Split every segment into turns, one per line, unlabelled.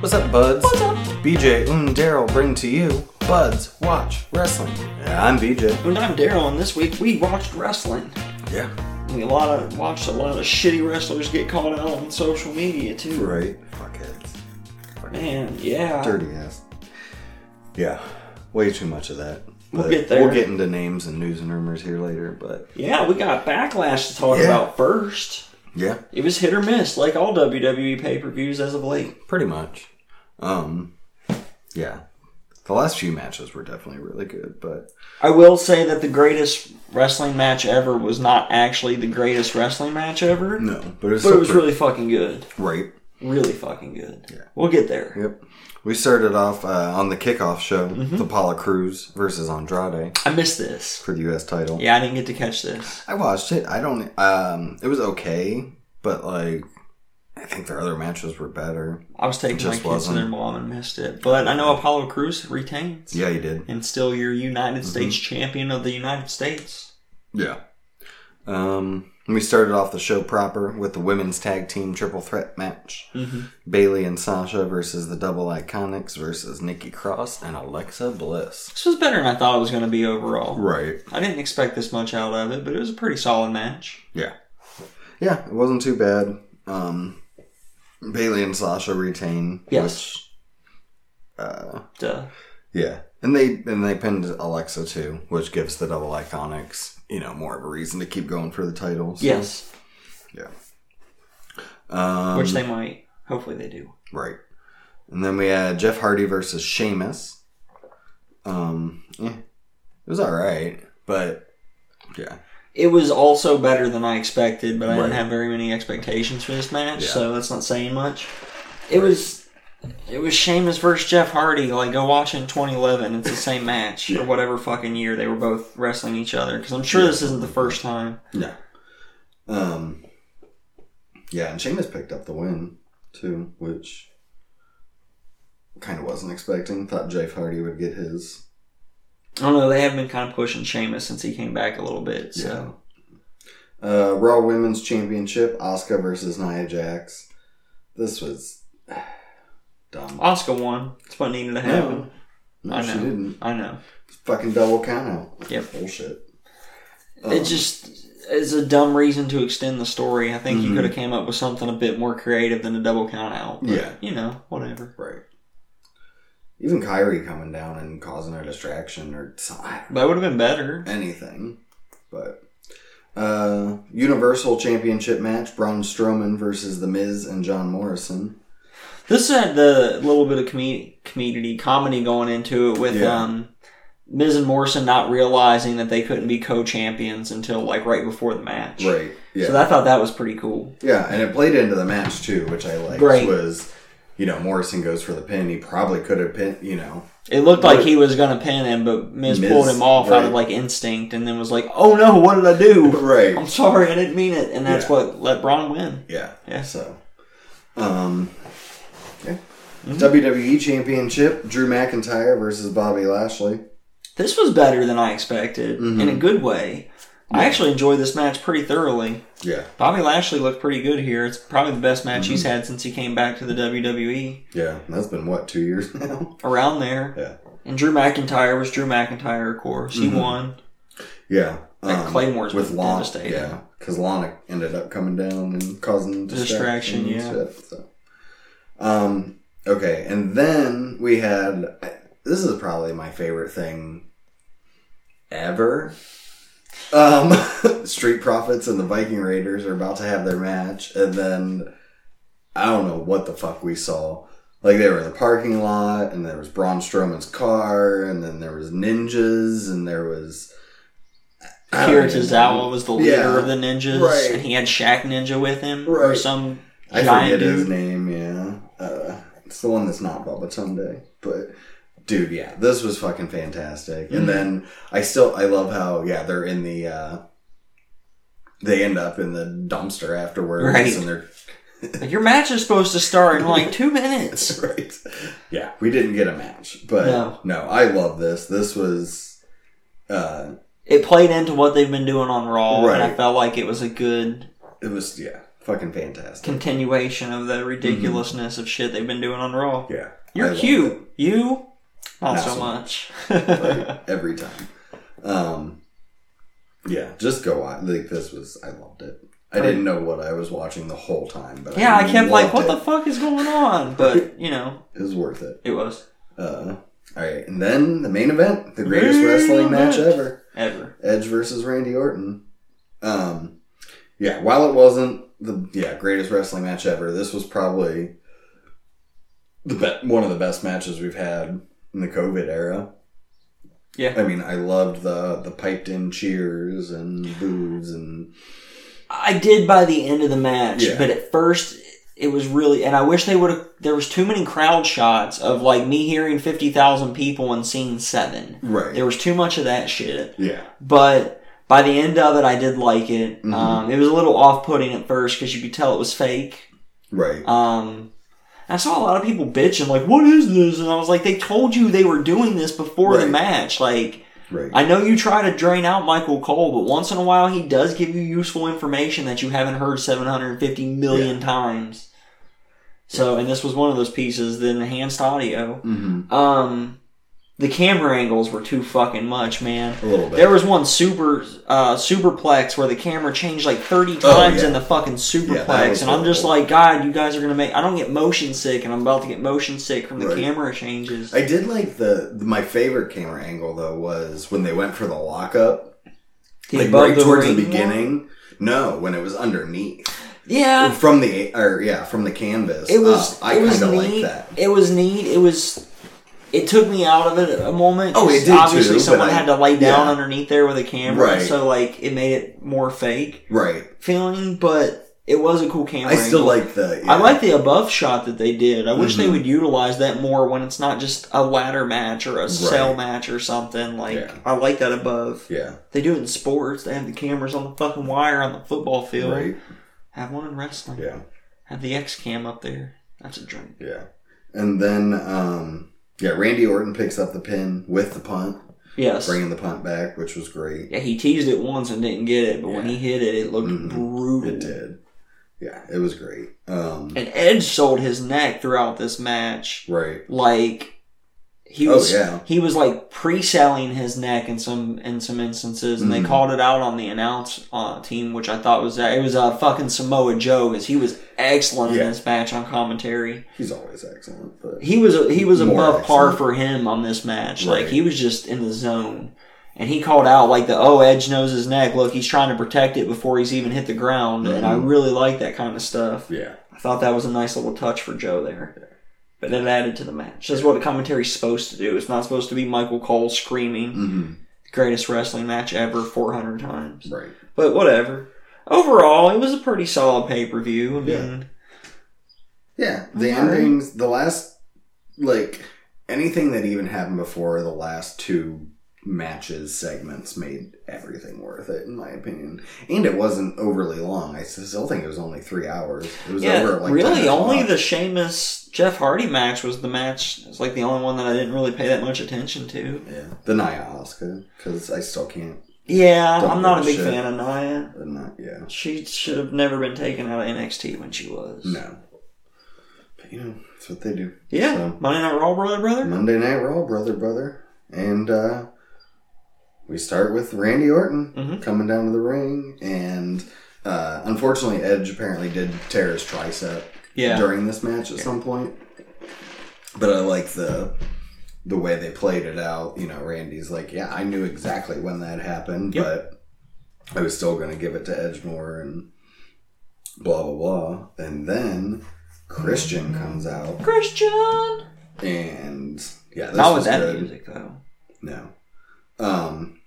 What's up, buds?
What's up?
BJ and Daryl bring to you Buds Watch Wrestling. I'm BJ.
And I'm Daryl, and this week we watched wrestling.
Yeah.
We a lot of watched a lot of shitty wrestlers get caught out on social media too.
Right. Fuckheads.
Man, yeah.
Dirty ass. Yeah. Way too much of that.
We'll
But
get there.
We'll get into names and news and rumors here later, but
Yeah, we got backlash to talk
Yeah.
about first.
yeah,
It was hit or miss, like all WWE pay per views as of late.
pretty much. Um, yeah. The last few matches were definitely really good, but
I will say that the greatest wrestling match ever was not actually the greatest wrestling match ever,
no, but it was,
but it was
still
really fucking good.
pretty great.
Really fucking good. We'll get there.
Yep. We started off uh, on the kickoff show, the Paula Cruz versus Andrade
I missed this.
for the U.S. title.
Yeah, I didn't get to catch this.
I watched it. I don't. Um, it was okay, but like, I think their other matches were better.
I was taking my
Just
kids
wasn't.
to their mom and missed it. But I know Apollo Crews retains.
Yeah, you did.
and still your United
Mm-hmm.
States champion of the United States.
Yeah. Um, we started off the show proper with the women's tag team triple threat match: Bailey and Sasha versus the Double Iconics versus Nikki Cross and Alexa Bliss.
This was better than I thought it was going to be overall.
Right.
I didn't expect this much out of it, but it was a pretty solid match.
Yeah. Yeah, it wasn't too bad. Um, Bailey and Sasha retain.
Yes.
Which, uh,
Duh.
yeah, and they and they pinned Alexa too, which gives the double iconics you know more of a reason to keep going for the titles.
Yes,
Yeah. Um,
which they might. Hopefully they do.
right, and then we had Jeff Hardy versus Sheamus. Um, yeah, it was all right, but yeah,
It was also better than I expected, but I
Right.
didn't have very many expectations for this match,
Yeah.
so that's not saying much. It was. It was Sheamus versus Jeff Hardy. Like, go watch it in 2011. It's the same match or whatever fucking year they were both wrestling each other. Because I'm sure this isn't the first time.
yeah. Um, yeah, and Sheamus picked up the win too, which kind of wasn't expecting. Thought Jeff Hardy would get his.
I don't know. They have been kind of pushing Sheamus since he came back a little bit. So
Uh, Raw Women's Championship, Asuka versus Nia Jax. This was dumb.
Oscar won. That's what needed to happen.
No,
I
she
know.
didn't.
I know.
Fucking double count out.
Yep.
Bullshit. Um,
it just is a dumb reason to extend the story. I think
Mhm.
you could have came up with something a bit more creative than a double count out. But,
Yeah.
You know, whatever.
Right. Even Kyrie coming down and causing a distraction or some- I don't know,
That would have been better.
anything. But uh, Universal Championship match: Braun Strowman versus The Miz and John Morrison.
This had the little bit of com- comedy comedy going into it with
Yeah.
um, Miz and Morrison not realizing that they couldn't be co-champions until like right before the match.
Right. Yeah.
So I thought that was pretty cool.
Yeah, and it played into the match too, which I liked.
Right.
Was you know Morrison goes for the pin. He probably could have pin. You know.
It looked like he was gonna pin him, but Miz,
Miz,
pulled him off out of
right.
like instinct, and then was like, "Oh no, what did I do? I'm
Right.
sorry, I didn't mean it." And that's
Yeah.
what let Braun win.
Yeah.
Yeah.
So, um, yeah.
Mm-hmm.
WWE Championship: Drew McIntyre versus Bobby Lashley.
This was better than I expected
Mm-hmm.
in a good way. I actually enjoyed this match pretty thoroughly.
Yeah.
Bobby Lashley looked pretty good here. It's probably the best match he's
Mm-hmm.
had since he came back to the WWE.
Yeah. And that's been what two years now.
Around there,
yeah.
and Drew McIntyre was Drew McIntyre, of course.
Mm-hmm.
He won.
Yeah. um,
That Claymore's
with
been
Lana.
devastating.
Yeah, because Lana ended up coming down and causing distraction.
Distraction, yeah.
and shit, so. Um. Okay, and then we had. This is probably my favorite thing ever. Um, Street Profits and the Viking Raiders are about to have their match, and then I don't know what the fuck we saw. Like they were in the parking lot, and there was Braun Strowman's car, and then there was ninjas, and there was I don't
Akira
even
Tozawa was the leader
Yeah.
of the ninjas,
Right.
and he had Shaq Ninja with him, or
Right.
some
I
giant
forget
dude.
his name, yeah. Uh, it's the one that's not Babatunde. But dude, yeah, this was fucking fantastic.
Mm-hmm.
And then I still I love how yeah, they're in the uh they end up in the dumpster afterwards
Right.
and they're
Like, your match is supposed to start in like two minutes.
right. Yeah. We didn't get a match. But no,
No.
I love this. This was uh
It played into what they've been doing on Raw, and I
Right.
felt like it was a good
it was yeah. Fucking fantastic.
continuation of the ridiculousness of shit they've been doing on Raw.
Yeah. I
You're
love
cute. You not,
Not
so
so
much.
it every time. Um, yeah, just go watch. Like this was, I loved it. I didn't know what I was watching the whole time, but
yeah, I kept like, what
loved
the fuck is going on? But you know,
it. It was worth it.
it was
Uh, all right, and then the main event, the greatest
Main
wrestling match
event.
ever.
ever.
Edge versus Randy Orton. Um, yeah, while it wasn't the yeah greatest wrestling match ever, this was probably the be- one of the best matches we've had in the COVID era.
Yeah.
I mean, I loved the the piped in cheers and boos and
I did by the end of the match,
Yeah.
but at first it was really, and I wish they would have. There was too many crowd shots of like me hearing fifty thousand people and seeing seven.
right.
There was too much of that shit.
Yeah,
but by the end of it, I did like it.
Mhm.
Um, it was a little off-putting at first because you could tell it was fake.
right.
Um, I saw a lot of people bitching, like, "What is this?" And I was like, "They told you they were doing this before the
Right.
match. Like,
Right.
I know you try to drain out Michael Cole, but once in a while, he does give you useful information that you haven't heard 750 million times." So, and this was one of those pieces, the enhanced audio.
Mhm.
Um, the camera angles were too fucking much, man.
A little bit.
There was one super uh, superplex where the camera changed like thirty times
Oh, yeah.
in the fucking
Yeah, that
superplex,
was
and I'm just
horrible.
like, God, you guys are gonna make. I don't get motion sick, and I'm about to get motion sick from the
Right.
camera changes.
I did like the my favorite camera angle though was when they went for the lockup,
The
like
above
right towards the
ring one?
beginning. No, when it was underneath.
Yeah,
from the or yeah from the canvas.
it was.
Uh, I
it was
kind of like
neat.
that.
It was neat. It was. It took me out of it a moment.
Oh, it
'cause
did
Obviously,
too, but
someone
I-
had to lay down
yeah.
underneath there with a camera,
Right.
so like it made it more fake
Right.
feeling. But it was a cool camera.
I still
angle.
like the.
I like the above shot that they did. I wish they
Mhm.
would utilize that more when it's not just a ladder match or a cell match or something. Like
Yeah.
I like that above.
Yeah.
They do it in sports. They have the cameras on the fucking wire on the football field.
Right.
Have one in wrestling.
Yeah.
Have the X cam up there. That's a dream.
Yeah. And then um yeah, Randy Orton picks up the pin with the punt,
Yes.
bringing the punt back, which was great.
yeah, he teased it once and didn't get it, but when he hit it, it looked
Mhm.
brutal.
It did. Yeah, it was great. Um.
And Edge sold his neck throughout this match.
Right.
Like he
Oh
was
yeah.
he was like pre-selling his neck in some in some instances, and they
Mhm.
called it out on the announce uh, team, which I thought was it was uh, fucking Samoa Joe because he was excellent in
Yeah.
this match on commentary.
He's always excellent, but
He was uh, he was
More
above par
excellent.
for him on this match. Like
Right.
he was just in the zone, and he called out like the oh Edge knows his neck. Look, he's trying to protect it before he's even hit the ground, and I
Mhm.
really like that kind of stuff.
yeah.
I thought that was a nice little touch for Joe there. But it added to the match. That's what a commentary's supposed to do. It's not supposed to be Michael Cole screaming
hmm
greatest wrestling match ever 400 times.
Right.
But whatever. Overall, it was a pretty solid pay per view. I mean,
Yeah, the
All right.
endings, the last, like anything that even happened before the last two matches segments made everything worth it, in my opinion. And it wasn't overly long. I still think it was only three hours. It was
yeah,
over at like
really,
10
only
o'clock.
the Sheamus Jeff Hardy match was the match. It's like the only one that I didn't really pay that much attention to.
yeah the Nia Oscar because I still can't.
Yeah,
Don't
I'm not a
give a
big
shit.
fan of Nia.
I'm not yeah
She should have never been taken out of NXT when she was.
no. But you know that's what they do.
Yeah,
So-
Monday Night Raw, brother, brother.
Monday Night Raw, brother, brother, and uh, we start with Randy Orton
Mhm.
coming down to the ring, and uh, unfortunately, Edge apparently did tear his tricep
Yeah.
during this match at some point. But I like the the way they played it out. You know, Randy's like, "Yeah, I knew exactly when that happened,
Yep.
but I was still going to give it to Edgemore and blah blah blah." And then Christian comes out,
Christian.
and yeah, this
Not
was
with that
good.
music though.
No. Um,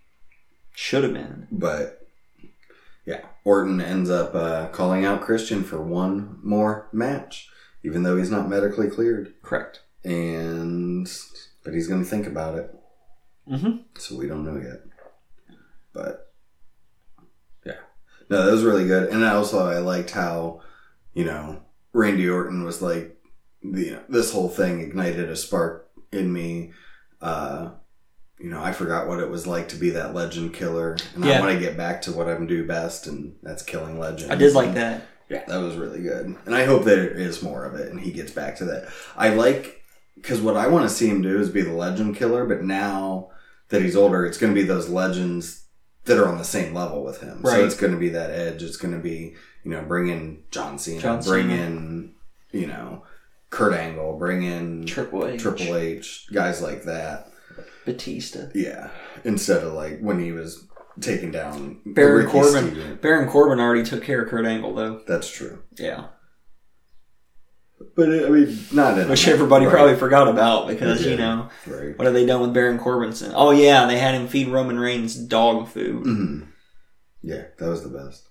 Should have been.
but yeah, Orton ends up uh, calling out Christian for one more match, even though he's not medically cleared,
Correct.
and but he's going to think about it,
Mm-hmm.
so we don't know yet. But yeah, no, that was really good, and I also I liked how you know Randy Orton was like, you know, this whole thing ignited a spark in me. Uh, you know, I forgot what it was like to be that legend killer, and
Yeah.
I want to get back to what I do best, and that's killing legends.
I did like that.
Yeah, that was really good. And I hope there is more of it and he gets back to that. I like cuz what I want to see him do is be the legend killer, but now that he's older, it's going to be those legends that are on the same level with him.
Right.
So it's going to be that edge. It's going to be, you know, bring in John Cena,
John
bring
Cena.
in, you know, Kurt Angle, bring in
Triple H,
Triple H, guys like that.
Batista,
Yeah. Instead of like when he was taking down
Baron
Ricky
Corbin.
Steven.
Baron Corbin already took care of Kurt Angle though.
That's true.
Yeah,
But it, I mean, not in
which everybody
right,
probably forgot about because
Yeah.
you know
right.
what have they done with Baron Corbin? since- Oh yeah, they had him feed Roman Reigns dog food.
Mhm. Yeah, that was the best.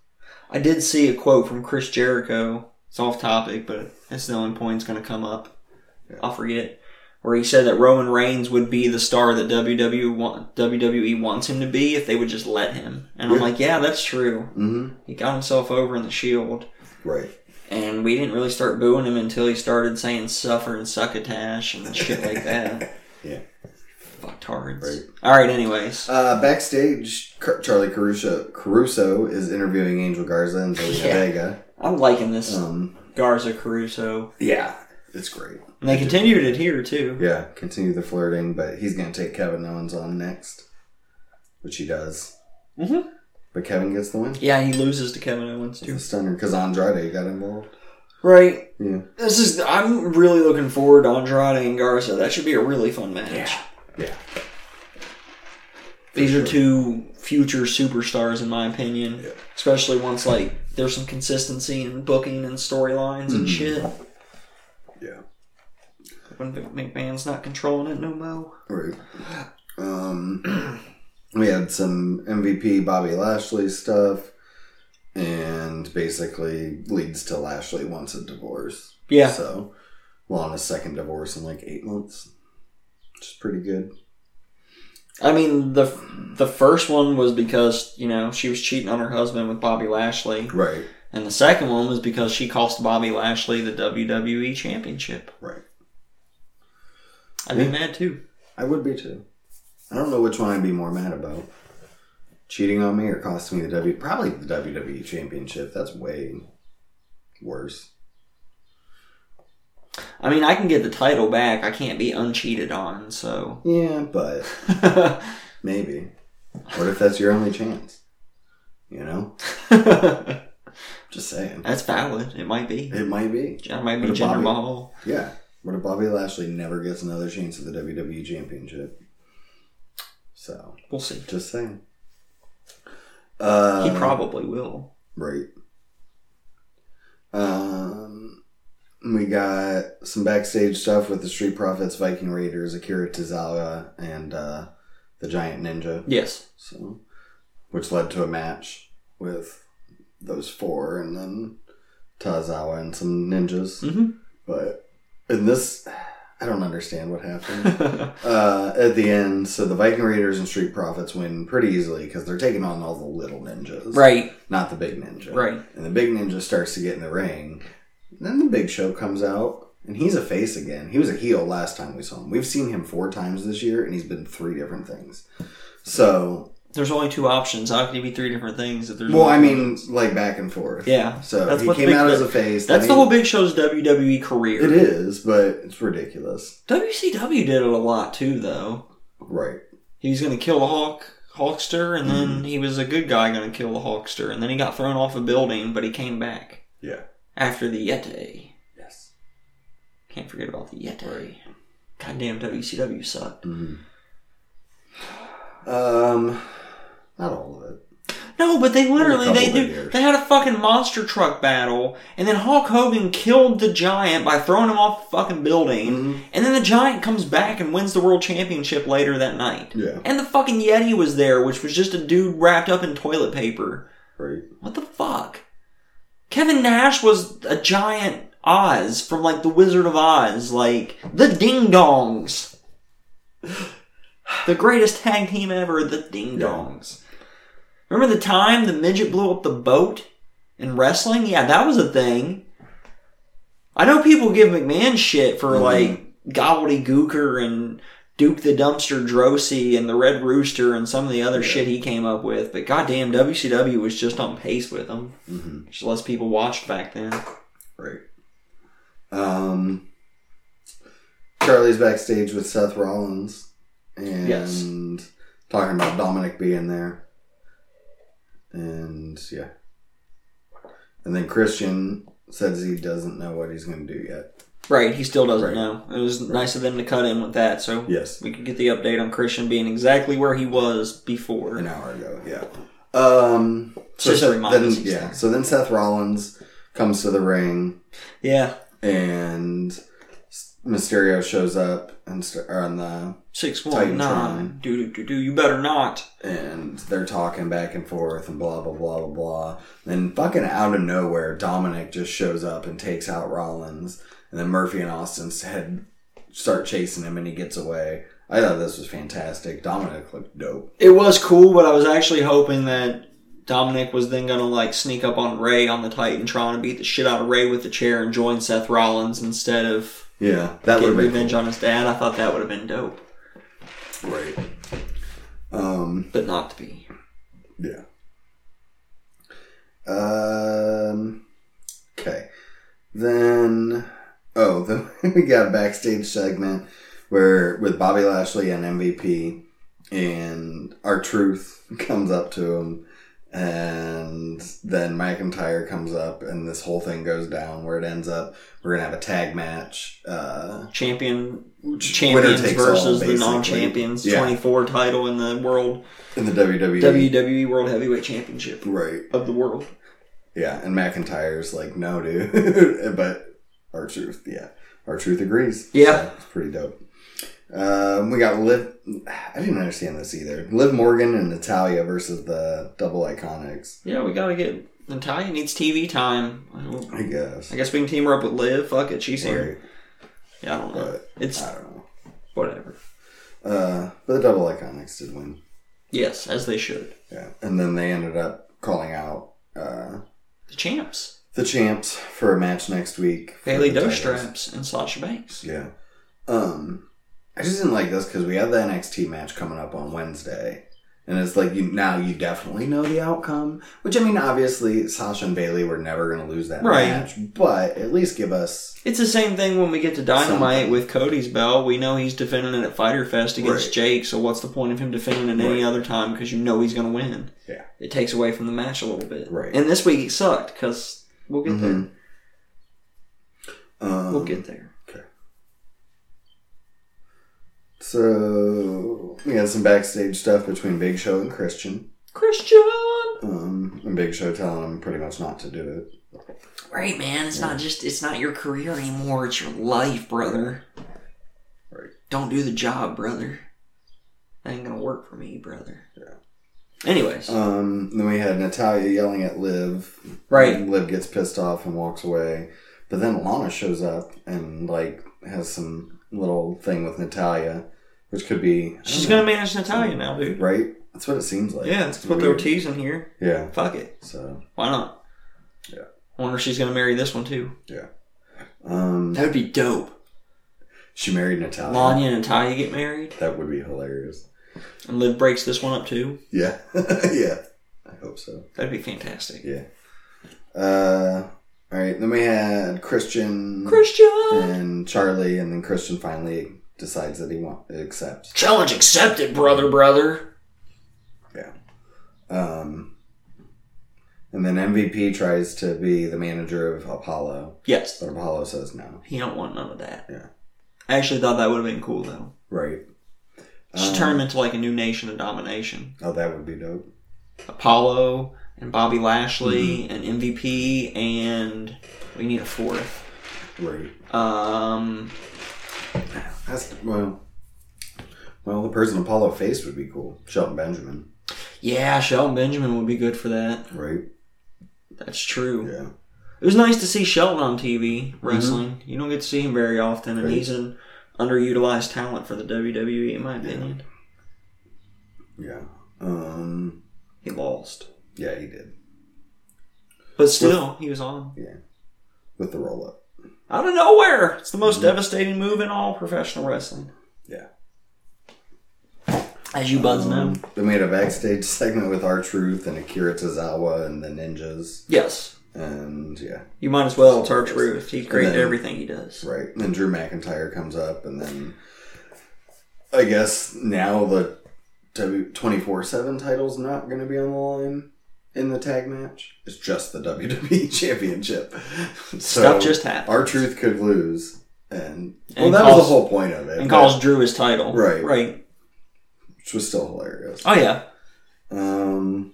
I did see a quote from Chris Jericho. It's off topic, but it's the only point that's going to come up.
Yeah.
I'll forget. Where he said that Roman Reigns would be the star that WWE, want, WWE E wants him to be if they would just let him. And I'm
Yeah.
like, yeah, that's true.
Mm-hmm.
He got himself over in the Shield,
Right.
and we didn't really start booing him until he started saying "suffer" and "succotash" and shit like that.
Yeah.
Fucktards.
Right.
All right. Anyways,
Uh, backstage, Car- Charlie Caruso, Caruso is interviewing Angel Garza and Zelina
Yeah.
Vega.
I'm liking this
Um,
Garza Caruso,
yeah, it's great.
and they continued it here too.
Yeah, continue the flirting, but he's gonna take Kevin Owens on next, which he does.
Mhm.
But Kevin gets the win.
Yeah, he loses to Kevin Owens
It's
too.
a stunner because Andrade got involved.
Right.
Yeah.
This is. I'm really looking forward to Andrade and Garza. That should be a really fun match.
Yeah.
These
sure.
are two future superstars, in my opinion.
Yeah.
Especially once like there's some consistency in booking and storylines and
Mhm.
shit.
Yeah.
When Vince McMahon's not controlling it no mo.
Right. Um, we had some MVP Bobby Lashley stuff, and basically leads to Lashley wants a divorce.
Yeah.
So Lana's second divorce in like eight months, which is pretty good.
I mean the the first one was because you know she was cheating on her husband with Bobby Lashley,
Right.
and the second one was because she cost Bobby Lashley the WWE Championship.
Right.
I'd be mad too.
I would be too. I don't know which one I'd be more mad about. Cheating on me or costing me the W probably the WWE championship. That's way worse.
I mean, I can get the title back. I can't be uncheated on, so.
Yeah, but
I
maybe. What if that's your only chance? You know? Just saying.
That's valid. It might be.
It might be.
It might
But
be
a
Jinder
Bobby-
Mahal.
Yeah. What if Bobby Lashley never gets another chance at the WWE championship? So,
We'll see.
just saying. Uh,
he probably will.
Right. Um, we got some backstage stuff with the Street Profits, Viking Raiders, Akira Tozawa, and uh, the Giant Ninja.
Yes.
So, which led to a match with those four, and then Tozawa and some ninjas.
Mhm.
But in this, I don't understand what happened uh, at the end. So the Viking Raiders and Street Profits win pretty easily because they're taking on all the little ninjas,
right.
Not the big ninja,
Right.
and the big ninja starts to get in the ring. Then the big show comes out, and he's a face again. He was a heel last time we saw him. We've seen him four times this year, and he's been three different things. So,
There's only two options. How could it be three different things if there's
well,
only
I
two
mean,
options?
like back and forth.
Yeah.
So
That's
he
what's
came
big
out
about-
as a face.
That's
then
the
he-
whole Big Show's WWE career.
It is, but it's ridiculous,
WCW did it a lot too, though.
right?
He was going to kill the Hulk, Hulkster, and then
Hmm.
he was a good guy going to kill the Hulkster, and then he got thrown off a building, but he came back.
Yeah.
After the Yeti.
Yes.
Can't forget about the Yeti. Goddamn WCW sucked.
Um, not all of it.
No, but they literally
Only a
they
couple
do
big years.
they had a fucking monster truck battle, and then Hulk Hogan killed the giant by throwing him off the fucking building,
Mhm.
and then the giant comes back and wins the world championship later that night.
Yeah.
And the fucking Yeti was there, which was just a dude wrapped up in toilet paper.
Right.
What the fuck? Kevin Nash was a giant Oz from like the Wizard of Oz, like the Ding Dongs. The greatest tag team ever, the Ding
Yeah.
Dongs. Remember the time the midget blew up the boat in wrestling? Yeah, that was a thing. I know people give McMahon shit for
Mhm.
like gobbledygooker and Duke the Dumpster Drosy and the Red Rooster and some of the other
Yeah.
shit he came up with. But goddamn, WCW was just on pace with him.
hmm
Just less people watched back then.
Right. Um, Charlie's backstage with Seth Rollins and
Yes.
talking about Dominic being there. And yeah. And then Christian says he doesn't know what he's going to do yet.
Right, he still doesn't
Right.
know. It was nice of them to cut in with that, so
Yes.
we could get the update on Christian being exactly where he was before.
An hour ago, yeah. Um, so
Just a
Seth-
reminder
then,
he's
yeah.
there.
So then Seth Rollins comes to the ring
Yeah,
and Mysterio shows up and st- or on the
six
Titan
one
Tron.
nine. Do do do do. You better not.
and they're talking back and forth and blah blah blah blah blah. Then fucking out of nowhere, Dominic just shows up and takes out Rollins, and then Murphy and Austin's head start chasing him, and he gets away. I thought this was fantastic. Dominic looked dope.
It was cool, but I was actually hoping that Dominic was then gonna like sneak up on Ray on the Titan Tron and beat the shit out of Ray with the chair and join Seth Rollins instead of
Yeah, that would
getting
have been
revenge on his dad. I thought that would have been dope,
great. Um,
but not to be.
Yeah. Um. Okay. Then oh, then we got a backstage segment where with Bobby Lashley and MVP, and our truth comes up to him, and then McIntyre comes up, and this whole thing goes down where it ends up. We're gonna have a tag match. Uh,
Champion
winner
champions
takes all,
versus the
basically.
non-champions.
Yeah.
Twenty four title in the world
in the WWE.
WWE World Heavyweight Championship
Right.
of the world.
Yeah, and McIntyre's like, no, dude. but our truth, yeah, our truth agrees.
Yeah.
So it's pretty dope. Um, we got Liv. I didn't understand this either. Liv Morgan and Natalia versus the Double Iconics.
Yeah, we gotta get Natalia needs TV time.
I guess.
I guess we can team her up with Liv. Fuck it, she's here.
Right,
Yeah, I don't know.
but
It's
I don't know.
whatever.
Uh, but the Double Iconics did win.
Yes, as they should.
Yeah, and then they ended up calling out uh,
The champs.
the champs for a match next week. for
Bailey
the
Doe
titles.
straps and Sasha Banks.
Yeah. Um, I just didn't like this because we have the NXT match coming up on Wednesday, and it's like you now you definitely know the outcome. Which I mean, obviously Sasha and Bailey were never going to lose that
Right.
match, but at least give us
It's the same thing when we get to Dynamite
Something.
with Cody's belt. We know he's defending it at Fighter Fest against
Right.
Jake, so what's the point of him defending it any
Right.
other time because you know he's going to win?
Yeah.
It takes away from the match a little bit.
Right.
And this week it sucked because we'll get there.
Mhm. Um,
We'll get there.
So we had some backstage stuff between Big Show and Christian,
Christian!
um, and Big Show telling him pretty much not to do it.
Right, man. It's not just, it's not your career anymore. It's your life, brother.
Right.
Don't do the job, brother. That ain't going to work for me, brother.
Yeah.
Anyways.
Um, then we had Natalia yelling at Liv
right.
And Liv gets pissed off and walks away. But then Lana shows up and like has some little thing with Natalia, which could be I don't
She's
know,
going to manage Natalia now, dude.
right. That's what it seems like.
Yeah, that's what they were
Weird.
teasing here.
Yeah.
Fuck it.
So
Why not?
Yeah.
Wonder if she's gonna marry this one too.
um,
That would be dope.
she married Natalia.
Lanya and Natalia get married,
That would be hilarious.
and Liv breaks this one up too.
Yeah. yeah. I hope so.
That'd be fantastic.
Yeah. Uh. All right. Then we had Christian,
Christian
and Charlie, and then Christian finally decides that he wants accepts.
challenge accepted, brother, brother.
Um, and then MVP tries to be the manager of Apollo,
Yes,
but Apollo says no.
he don't want none of that.
Yeah.
I actually thought that would have been cool though.
Right.
She
Um,
turned him into like a new nation of domination.
Oh, that would be dope.
Apollo and Bobby Lashley
Mm-hmm.
and MVP, and we need a fourth.
Right.
Um,
That's well. Well, the person Apollo faced would be cool. Shelton Benjamin.
yeah, Shelton Benjamin would be good for that.
Right.
That's true.
Yeah.
It was nice to see Shelton on TV
Mm-hmm.
wrestling. You don't get to see him very often, and
Right.
he's an underutilized talent for the WWE, in my opinion.
Yeah. Um.
He lost,
Yeah, he did
but still, he was on
with the roll up. Mm-hmm.
out of nowhere. It's the most devastating move in all professional wrestling. As you buds know.
Then we had a backstage segment with our Truth and Akira Tozawa and the Ninjas.
Yes.
And yeah,
You might as well. It's our truth. He's great at
then-
everything he does.
right. And then Drew McIntyre comes up, and then I guess now the 24 7 title's not going to be on the line in the tag match. It's just the WWE Championship. So
Stuff just happens.
Our Truth could lose. And, well,
And
that was
calls-
the whole point of it.
and
but-
calls Drew his title.
Right.
Right.
Which was still hilarious.
Oh yeah.
Um,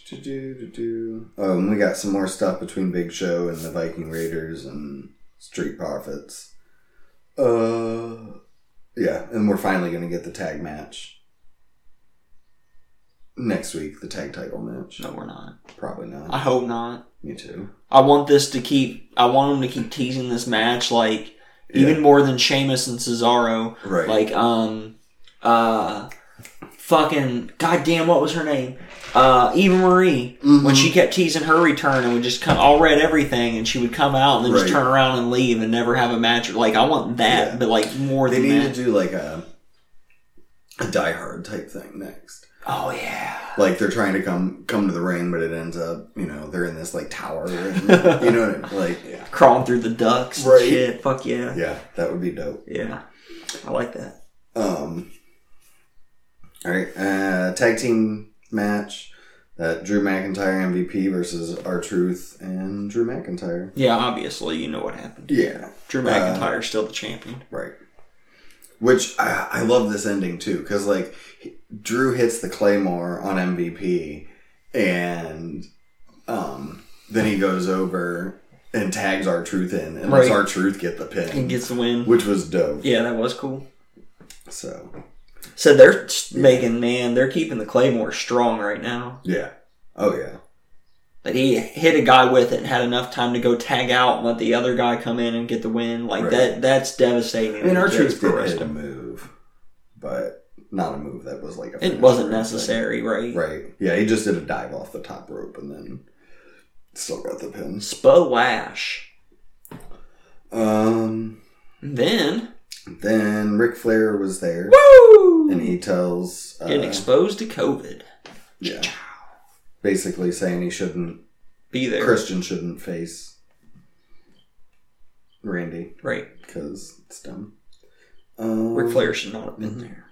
do-do-do-do-do-do. um, we got some more stuff between Big Show and the Viking Raiders and Street Profits. Uh, yeah, and we're finally gonna get the tag match next week. The tag title match,
No, we're not.
probably not.
I hope not.
Me too.
I want this to keep. I want them to keep teasing this match like even more than Sheamus and Cesaro.
Right.
Like um, uh, fucking goddamn, what was her name? Uh, Eva Marie. When
Mm-hmm.
she kept teasing her return and would just come all read everything, and she would come out and then just
Right.
turn around and leave and never have a match. Like I want that,
Yeah.
but like more
Mm-hmm. they
than
need
that.
to do like a a Die Hard type thing next.
oh yeah.
like they're trying to come come to the ring, but it ends up you know they're in this like tower, and, you know what I mean? Like yeah,
Crawling through the ducks and
Right.
shit. Fuck yeah.
yeah, that would be dope.
Yeah. I like that.
Um, all right, uh, tag team match. That Drew McIntyre MVP versus R Truth and Drew McIntyre.
Yeah, obviously, you know what happened.
Yeah,
Drew McIntyre's still the champion.
right. Which I, I love this ending too, because like Drew hits the claymore on MVP, and um, then he goes over and tags our truth in, and lets
Right.
our truth get the
He
pin,
gets the win.
which was dope.
Yeah, that was cool.
So
So they're s- making man, they're keeping the claymore strong right now.
yeah, oh yeah,
Like he hit a guy with it and had enough time to go tag out and let the other guy come in and get the win. Like
Right.
that that's devastating.
I mean our
That's
truth
pro
did hit a
wrestling.
move, but not a move that was like a
It
finish
wasn't
or anything.
necessary, right?
Right? Yeah, he just did a dive off the top rope and then still got the pin.
Splash.
Um.
Then
Then Ric Flair was there,
Woo
and he tells uh,
getting exposed to COVID.
yeah, basically saying he shouldn't,
Be there.
Christian shouldn't face Randy
Right.
because it's dumb. Um,
Ric Flair should not have been there.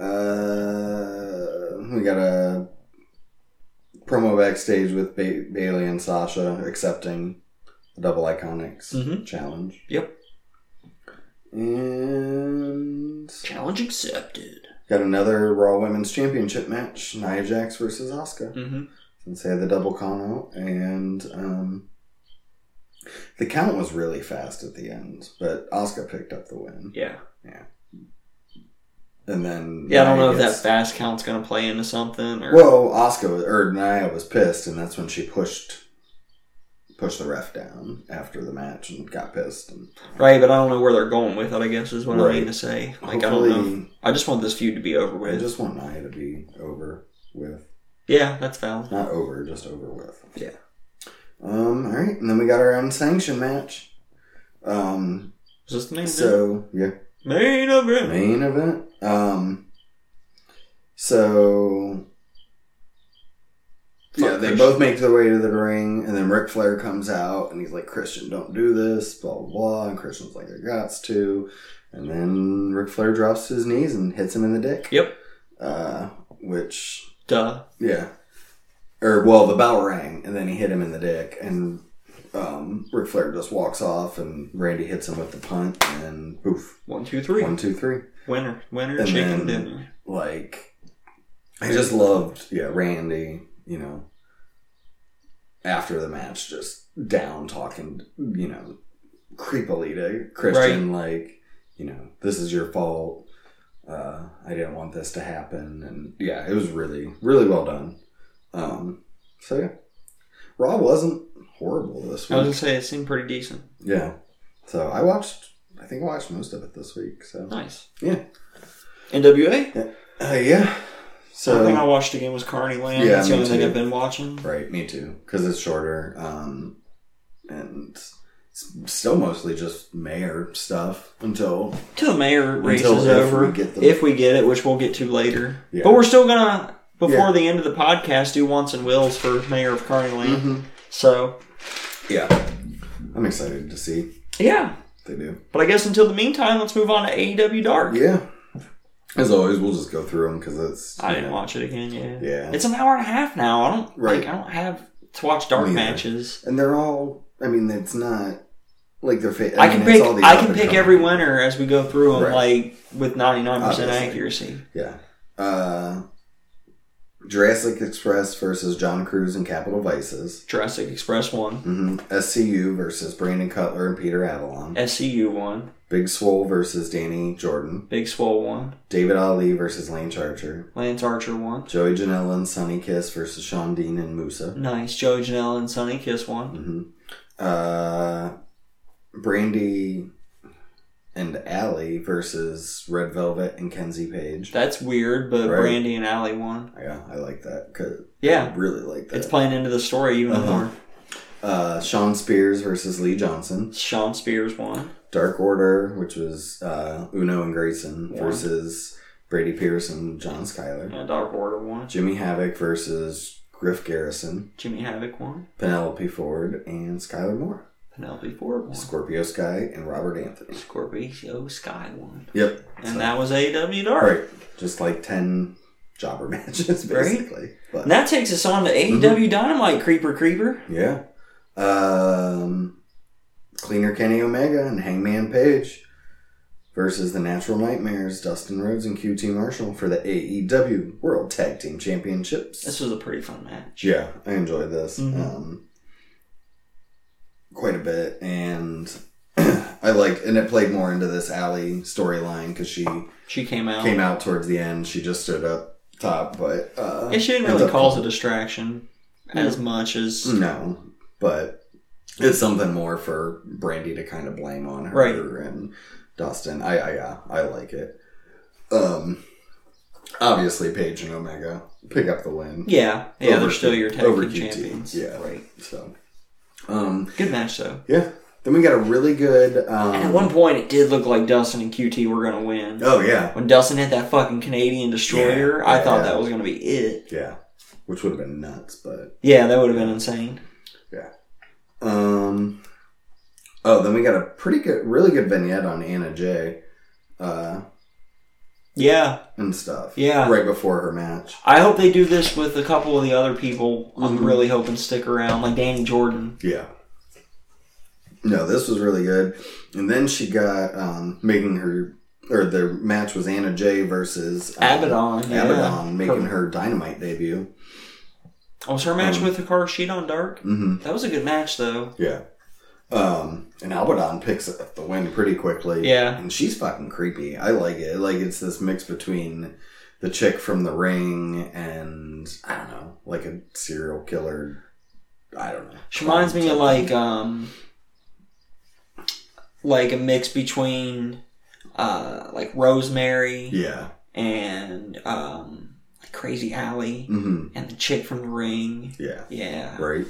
Uh, we got a promo backstage with ba- Bailey and Sasha accepting the double iconics
Mhm.
challenge,
Yep.
and
Challenge accepted.
got another Raw Women's Championship match: Nia Jax versus Asuka.
Mm-hmm.
since they had the double con out and um, the count was really fast at the end but oscar picked up the win
Yeah.
and then
Yeah, I don't
Nia
know if that
gets-
fast count's gonna play into something or
well oscar or naya was pissed and that's when she pushed pushed the ref down after the match and got pissed and
right, but I don't know where they're going with it. I guess is what I mean
Right.
to say. Like I don't know.
hopefully
I just want this feud to be over
i
with.
just want naya to be over with
yeah, that's valid.
not over just over with
Yeah.
um all right and then we got our unsanctioned match um
Is this the main event?
so yeah
Main event.
main event. Um, so
Fuck
yeah, they
Christian.
both make their way to the ring, and then Ric Flair comes out, and he's like, "Christian, don't do this," blah blah blah, and Christian's like, "I gots to," and then Ric Flair drops to his knees and hits him in the dick.
Yep.
Uh, which
Duh.
yeah. Or well, the bell rang, and then he hit him in the dick, and um, Ric Flair just walks off, and Randy hits him with the punt, and boof,
One, two, three.
one, two, three
Winner. Winner.
And then-
chicken dinner.
like I just loved yeah Randy you know after the match just down talking you know creepily to Christian like you know this is your fault uh, I didn't want this to happen and yeah it was really really well done um, so yeah Raw wasn't horrible this
I was
week
gonna say it seemed pretty decent.
yeah so I watched I think I watched most of it this week so
Nice.
Yeah.
NWA.
uh, yeah
So,
so
the only thing I watched again was Carney Land.
Yeah,
that's the
me
only thing
too.
I've been watching.
Right, me too. Because it's shorter, um, and it's still mostly just mayor stuff until
Till the mayor race
Until
is
if
over,
we get them.
if we get it, which we'll get to later.
Yeah.
But we're still gonna, before
Yeah.
the end of the podcast, do wants and wills for mayor of Kearney Lane.
Mm-hmm.
So
yeah. I'm excited to see if
yeah,
they do.
but I guess until the meantime, let's move on to AEW Dark.
Yeah. As always, we'll just go through them because it's
I didn't watch it again. Yeah,
Yeah.
It's an hour and a half now. I don't
Right.
like. I don't have to watch dark
Me neither.
matches.
and they're all. I mean, it's not like they're. Fa-
I, can
mean, it's
pick.
all these
I can
up and
pick
coming.
every winner as we go through them,
Right.
like with ninety nine percent
Obviously.
accuracy.
Yeah. Uh, Jurassic Express versus John Cruz and Capital Vices.
Jurassic Express one,
hmm SCU versus Brandon Cutler and Peter Avalon.
SCU one,
Big Swole versus Danny Jordan.
Big Swole one,
David Ali versus Lane Charger.
Lance Archer one.
Joey Janela and Sonny Kiss versus Sean Dean and Musa.
Nice, Joey Janela and Sonny Kiss one.
hmm Uh, Brandy and Allie versus Red Velvet and Kenzie Page.
That's weird, but
Right.
Brandy and Allie won.
Yeah, I like that. 'cause
Yeah,
I really like that.
it's playing into the story even
Uh, Uh-huh.
more.
uh, Sean Spears versus Lee Johnson.
Sean Spears won.
Dark Order, which was uh, Uno and Grayson
Yeah.
versus Brady Pierce and John Schuyler.
Yeah, Dark Order won.
Jimmy Havoc versus Griff Garrison.
Jimmy Havoc won.
Penelope Ford and Skylar Moore.
Penelope Ford won.
Scorpio Sky and Robert Anthony.
Scorpio Sky won.
Yep.
And
So-
that was AEW Dark.
All right. Just like 10 jobber matches,
Right.
basically. But
And that takes us on to AEW
Mm-hmm.
Dynamite Creeper Creeper.
yeah. Um, Cleaner Kenny Omega and Hangman Page versus the Natural Nightmares, Dustin Rhodes and QT Marshall for the AEW World Tag Team Championships.
This was a pretty fun match.
Yeah, I enjoyed this
Mhm.
um, quite a bit, and I liked, and it played more into this Alley storyline because she
She came out.
came out towards the end. She just stood up top, but uh,
And she didn't
ends
really
up- Mm.
cause a distraction as much as.
no, but it's something more for Brandy to kind of blame on her
Right.
and Dustin. I, I, yeah, I like it. Um, obviously, Paige and Omega pick up the win.
Yeah, yeah,
Over
they're still your tag
over
team
QT,
champions.
yeah.
right.
So, um,
Good match though.
yeah. Then we got a really good. Um,
And at one point, it did look like Dustin and QT were gonna win.
Oh yeah,
When Dustin hit that fucking Canadian destroyer,
Yeah,
I thought
yeah.
that was gonna be it.
yeah. Which would have been nuts, but
Yeah, that would have been insane.
um. Oh, then we got a pretty good, really good vignette on Anna J, uh,
Yeah,
and stuff.
Yeah.
right before her match.
I hope they do this with a couple of the other people.
Mhm.
I'm really hoping stick around, like Danny Jordan.
Yeah. No, this was really good. And then she got um, making her, or the match was Anna J versus uh,
Abaddon. Yeah.
Abaddon making
Her-
her dynamite debut.
was her match
Um,
with Hikaru Shida on Dark?
hmm
That was a good match, though.
Yeah. Um, and Abaddon picks up the win pretty quickly.
Yeah.
And she's fucking creepy. I like it. Like it's this mix between the chick from the ring and I don't know, like a serial killer. I don't know.
She reminds me of like um, like a mix between uh, like Rosemary
yeah.
and um, like Crazy Alley
hmm
and the chick from the ring.
Yeah.
Yeah,
Right.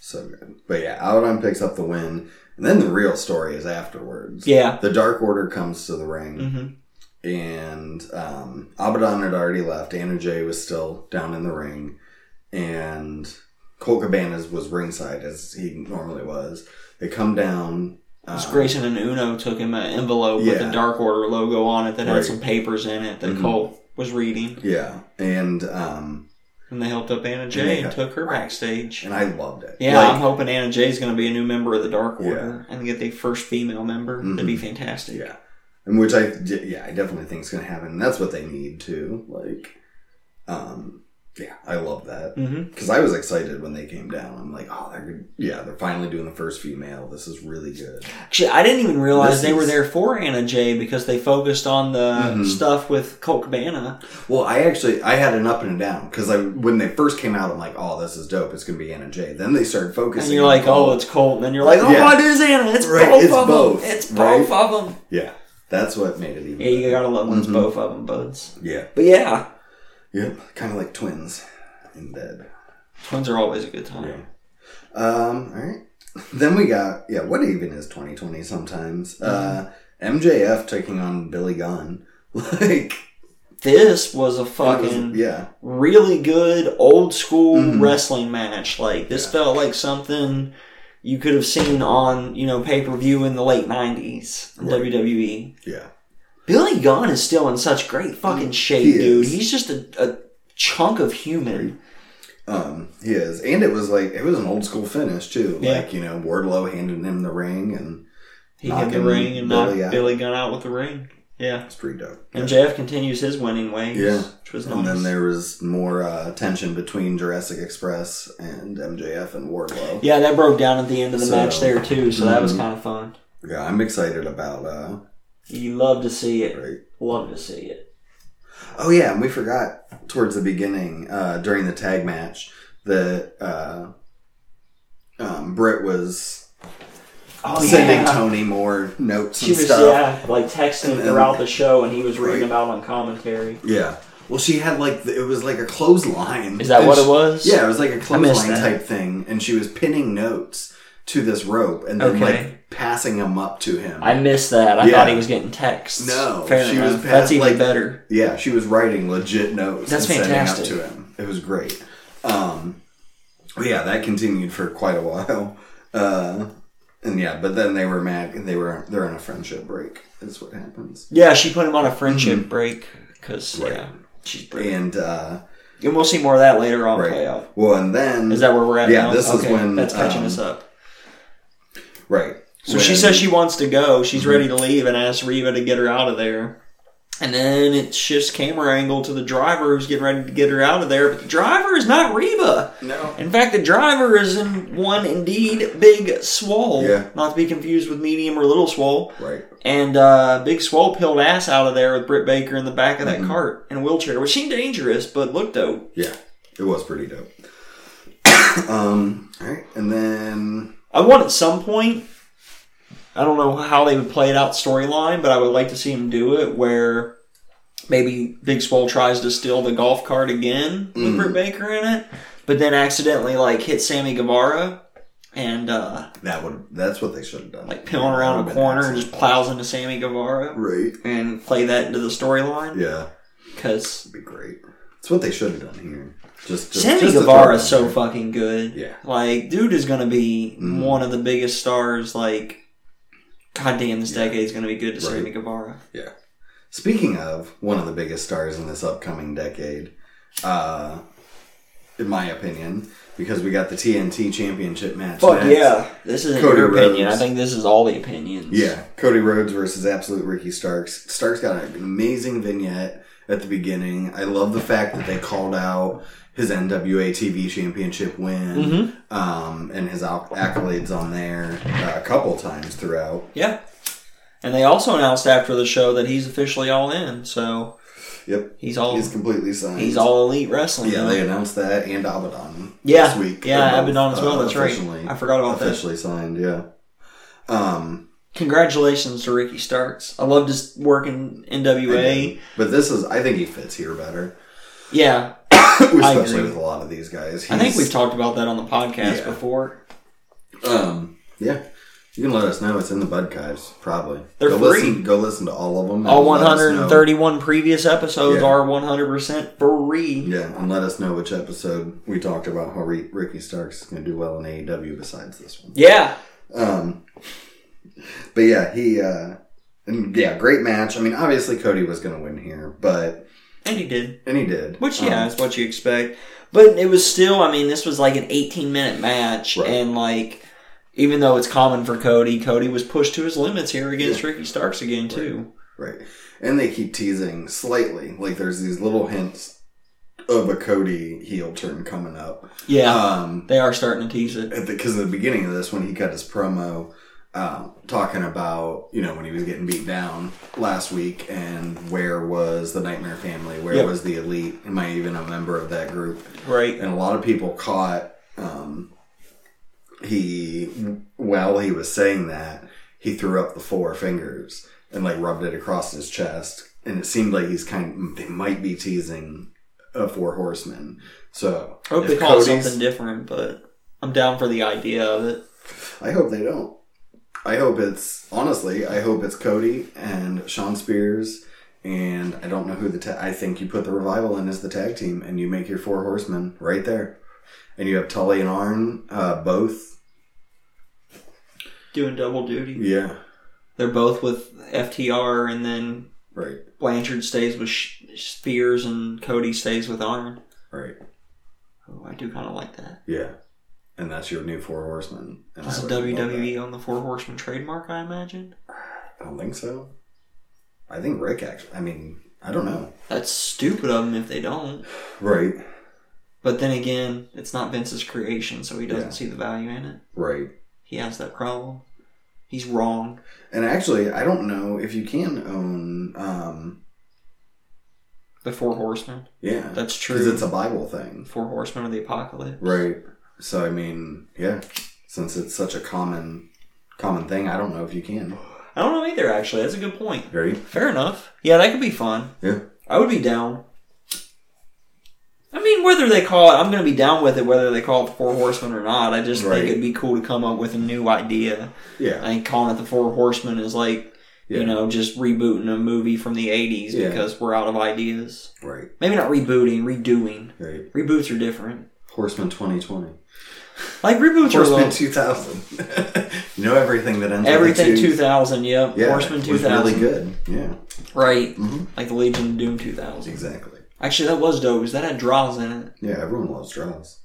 So good. But yeah, Abaddon picks up the win. And then the real story is afterwards.
yeah.
The Dark Order comes to the ring,
Mm-hmm.
and um, Abaddon had already left. Anna Jay was still down in the ring, and Colt Cabana's was ringside as he normally was. They come down. um,
Grayson and Uno took him an envelope with
yeah.
the Dark Order logo on it that
Right.
had some papers in it that
Mhm.
Cole was reading,
Yeah, and um,
and they helped up Anna
they
Jay and
got-
took her backstage.
and I loved it.
Yeah, I'm
Like,
hoping Anna Jay's going to be a new member of the Dark Order and get the first female member. That'd be fantastic.
Mm-hmm. yeah, and which I d- yeah I definitely think is going to happen. And that's what they need too. Like, um, yeah, I love that.
hmm
because I was excited when they came down. I'm like, oh, they're good. yeah, they're finally doing the first female. This is really good.
Actually, I didn't even realize
This
they were
is-
there for Anna Jay because they focused on the
Mhm.
stuff with Colt Cabana.
Well, I actually I had an up and a down because I when they first came out, I'm like, oh, this is dope. It's gonna be Anna Jay. Then they started focusing.
And you're
on
like, oh,
Paul.
it's Colt. And then you're like, oh,
Yeah.
it is Anna. It's
Right,
both
it's
of
both,
them. It's
right?
both of them.
yeah, that's what made it even.
Yeah, you gotta love one's
Mhm.
both of them, buds.
yeah,
But yeah,
yep, kind of like twins in bed.
twins are always a good time.
Yeah. Um, all right. Then we got yeah, what even is 2020 sometimes?
Mm-hmm.
Uh MJF taking on Billy Gunn. Like
This was a
that
fucking
was- yeah.
really good old school
Mhm.
wrestling match. Like this
Yeah.
felt like something you could have seen on you know pay per view in the late nineties
Right.
WWE.
Yeah.
E. Billy Gunn is still in such great fucking shape,
He
dude.
is.
He's just a, a chunk of human.
Um he is. And it was like it was an old school finish too.
Yeah.
Like, you know, Wardlow handed him the ring and
He got the
Knocking
ring and knocked
Billy out.
Billy Gunn out with the ring. Yeah.
it's pretty dope.
And JF continues his winning ways.
Yeah.
Which was
And
nice.
then there was more uh, tension between Jurassic Express and MJF and Wardlow.
yeah, that broke down at the end of the
So-
match there too, so mm-hmm. that was
Mhm.
kind of fun.
Yeah, I'm excited about uh
You love to see it.
right.
Love to see it.
Oh yeah, and we forgot towards the beginning uh, during the tag match that uh, um, Britt was
Oh
sending Tony more notes
She
and
was
stuff.
yeah, like texting
And-
throughout the show, and he was reading
Right.
about on commentary.
Yeah. Well, she had like the, it was like a clothesline.
Is that
And
what
she-
it was?
Yeah, it was like a
missed
clothesline
that.
type thing, and she was pinning notes to this rope and then
Okay.
like passing them up to him.
I missed that. I
Yeah.
thought he was getting texts.
No,
fair
she
enough.
was past,
That's even
like-
better.
Yeah, she was writing legit notes
That's
and
fantastic.
sending up to him. It was great. Um, but yeah, that continued for quite a while. Uh, and yeah, but then they were mad. They were they're on a friendship break. Is what happens.
Yeah, she put him on a
Mm.
friendship break 'cause break because yeah, she's brilliant.
And uh,
And we'll see more of that later on play
right.
out.
Well, and then
Is that where we're at?
Yeah,
now?
this is
Okay,
when
that's catching
um,
us up.
Right.
So she
When- Mhm.
says she wants to go. She's ready to leave and asks Reva to get her out of there. And then it shifts camera angle to the driver who's getting ready to get her out of there. But the driver is not Reva.
no.
In fact, the driver is in one indeed big swole.
Yeah.
Not to be confused with medium or little swole.
Right.
And uh, big swole peeled ass out of there with Britt Baker in the back of that
Mhm.
cart in a wheelchair, which seemed dangerous, but looked dope.
Yeah, it was pretty dope. um. All right, and then
I want at some point, I don't know how they would play it out storyline, but I would like to see him do it where maybe Big Swole tries to steal the golf cart again with
Mhm.
Britt Baker in it, but then accidentally like hit Sammy Guevara and uh,
that would that's what they should have done.
like peeling around a corner and just plows into Sammy Guevara
Right.
and play that into the storyline
Yeah.
because
It'd be great. It's what they should have done here. Just, just
Sammy
just to
Guevara is
throw
so
it out
fucking good.
there. Yeah.
Like, dude is gonna be
Mm.
one of the biggest stars. Like, goddamn, this
Yeah.
decade's gonna be good to
Right.
Sammy Guevara.
Speaking of one of the biggest stars in this upcoming decade, uh, in my opinion, because we got the TNT Championship match.
Fuck
next.
yeah, this isn't
Cody
your opinion.
Rhodes.
I think this is all the opinions.
Yeah, Cody Rhodes versus Absolute Ricky Starks. Starks got an amazing vignette at the beginning. I love the fact that they called out his NWA TV Championship win
Mhm.
um, and his acc- accolades on there uh, a couple times throughout.
yeah. And they also announced after the show that he's officially all in. So
Yep,
he's all
he's
he's,
completely signed.
all elite wrestling.
Yeah,
now.
they announced that and Abaddon
Yeah.
this week.
Yeah,
They're both, uh,
Abaddon as well, that's right.
officially-
I forgot about that.
officially signed. Yeah. Um,
Congratulations to Ricky Starks. I loved his work in NWA.
but this is I think he fits here better,
Yeah,
especially
agree.
with a lot of these guys.
I think
He's-
we've talked about that on the podcast
Yeah.
before.
Um, yeah. You can let us know. It's in the Budkives, probably.
They're
go
free.
Listen, go listen to all of them. and
All
let us know-
131 previous episodes
Yeah.
are 100% free.
Yeah, and let us know which episode we talked about how Re- Ricky Starks is going to do well in AEW besides this one.
Yeah.
Um, but yeah, he, uh, and yeah, great match. I mean, obviously Cody was going to win here, but,
And he did.
and he did.
Which,
Um,
yeah, is what you expect. But it was still, I mean, this was like an 18 minute match.
Right.
And, like, even though it's common for Cody, Cody was pushed to his limits here against Ricky Starks again, too.
Right. And they keep teasing slightly. Like, there's these little hints of a Cody heel turn coming up.
Yeah.
Um,
they are starting to tease it.
at the because at the beginning of this when he cut his promo um, talking about you know when he was getting beat down last week and where was the nightmare family where
Yep.
was the elite am i even a member of that group
Right.
and a lot of people caught um, he while he was saying that he threw up the four fingers and like rubbed it across his chest and it seemed like he's kind they might be teasing a four horsemen so
I hope they
if
call it
Cody's-
something different, but I'm down for the idea of it.
I hope they don't. I hope it's honestly. I hope it's Cody and Sean Spears, and I don't know who the. Ta- I think you put the revival in as the tag team, and you make your four horsemen right there, and you have Tully and Arn uh, both.
Doing double duty.
Yeah,
They're both with FTR, and then
right,
Blanchard stays with Sh- Spears, and Cody stays with Arn.
right,
Oh, I do kind of like that.
yeah, and that's your new four horsemen. And
That's
I
a
would love
WWE on the Four Horsemen trademark, I imagine.
that. I don't think so. I think Rick actually. I mean, I don't know.
That's stupid of them if they don't.
Right,
But then again, it's not Vince's creation, so he doesn't
Yeah.
see the value in it.
right.
He has that problem. He's wrong.
And actually, I don't know if you can own. Um,
The Four Horsemen.
yeah,
That's
because
true.
it's a Bible thing.
Four Horsemen of the Apocalypse.
Right. So I mean, yeah. Since it's such a common common thing, I don't know if you can.
I don't know either, actually. That's a good point.
Very
Fair enough. Yeah, that could be fun.
Yeah.
I would be down. I mean, whether they call it, I'm going to be down with it, whether they call it the Four Horsemen or not. I just
Right.
think it'd be cool to come up with a new idea. I
yeah.
think calling it the Four Horsemen is like,
Yeah.
you know, just rebooting a movie from the 80s
Yeah.
because we're out of ideas.
Right.
Maybe not rebooting, redoing.
Right.
Reboots are different.
Horseman twenty twenty.
Like, reboots are a
Horseman
little.
two thousand. you know everything that ends.
Everything
with a two.
2000, yep.
Yeah,
Horseman
it was
2000.
Really good. Yeah.
Right.
Mhm.
Like the Legion of Doom 2000.
Exactly.
Actually, that was dope because that had draws in it.
Yeah. Everyone loves draws.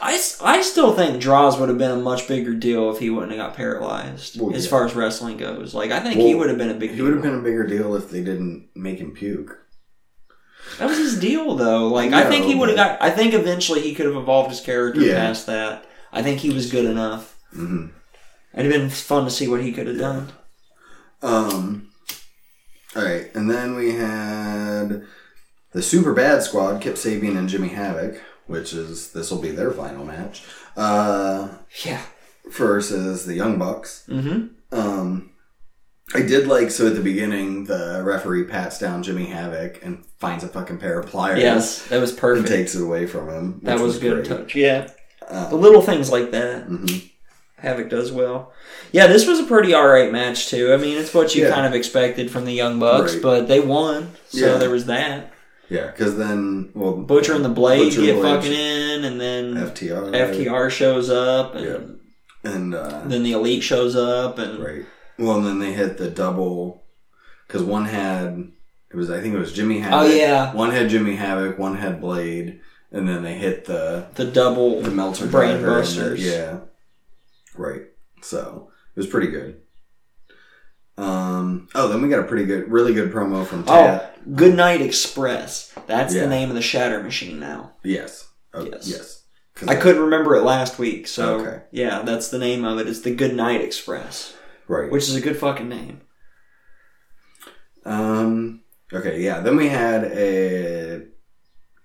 I, s- I still think draws would have been a much bigger deal if he wouldn't have got paralyzed
Well,
as
yeah.
far as wrestling goes. Like, I think he
Well,
would have been a big
It
deal.
would have been a bigger deal if they didn't make him puke.
That was his deal, though. Like, I think he
No,
would have got. I think eventually he could have evolved his character
Yeah.
past that. I think he was good enough.
hmm
It'd have been fun to see what he could have done.
Um. All right, and then we had the Super Bad Squad: Kip Sabian and Jimmy Havoc, which is this will be their final match. Uh,
Yeah.
versus the Young Bucks.
Mm-hmm.
Um, I did like so at the beginning the referee pats down Jimmy Havoc and finds a fucking pair of pliers
Yes, that was
and
perfect.
takes it away from him. which
That was,
great.
good touch. Yeah,
Uh,
the little things like that.
mhm.
Havoc does well. Yeah, this was a pretty all right match too. I mean, it's what you
Yeah.
kind of expected from the Young Bucks,
Right.
but they won, so
Yeah.
there was that.
Yeah, because then well,
Butcher and the Blade
Butcher and
get
Blade.
fucking in, and then
FTR,
FTR shows up, and
Yeah. and uh,
then the Elite shows up, and
Right. Well, and then they hit the double because one had it was I think it was Jimmy Havoc.
oh yeah,
One had Jimmy Havoc. One had Blade, and then they hit the
the double.
the Meltzer
Brain
driver and the-
busters.
yeah. Right. So it was pretty good. Um. Oh, then we got a pretty good, really good promo from Tat.
Goodnight Express. That's
Yeah.
the name of the Shatter Machine now.
Yes. Oh,
Yes.
yes. Yes. 'Cause
I couldn't remember it last week, so
Okay.
yeah, that's the name of it. It's the Goodnight Express,
Right.
which is a good fucking name.
Um. Okay. Yeah. Then we had a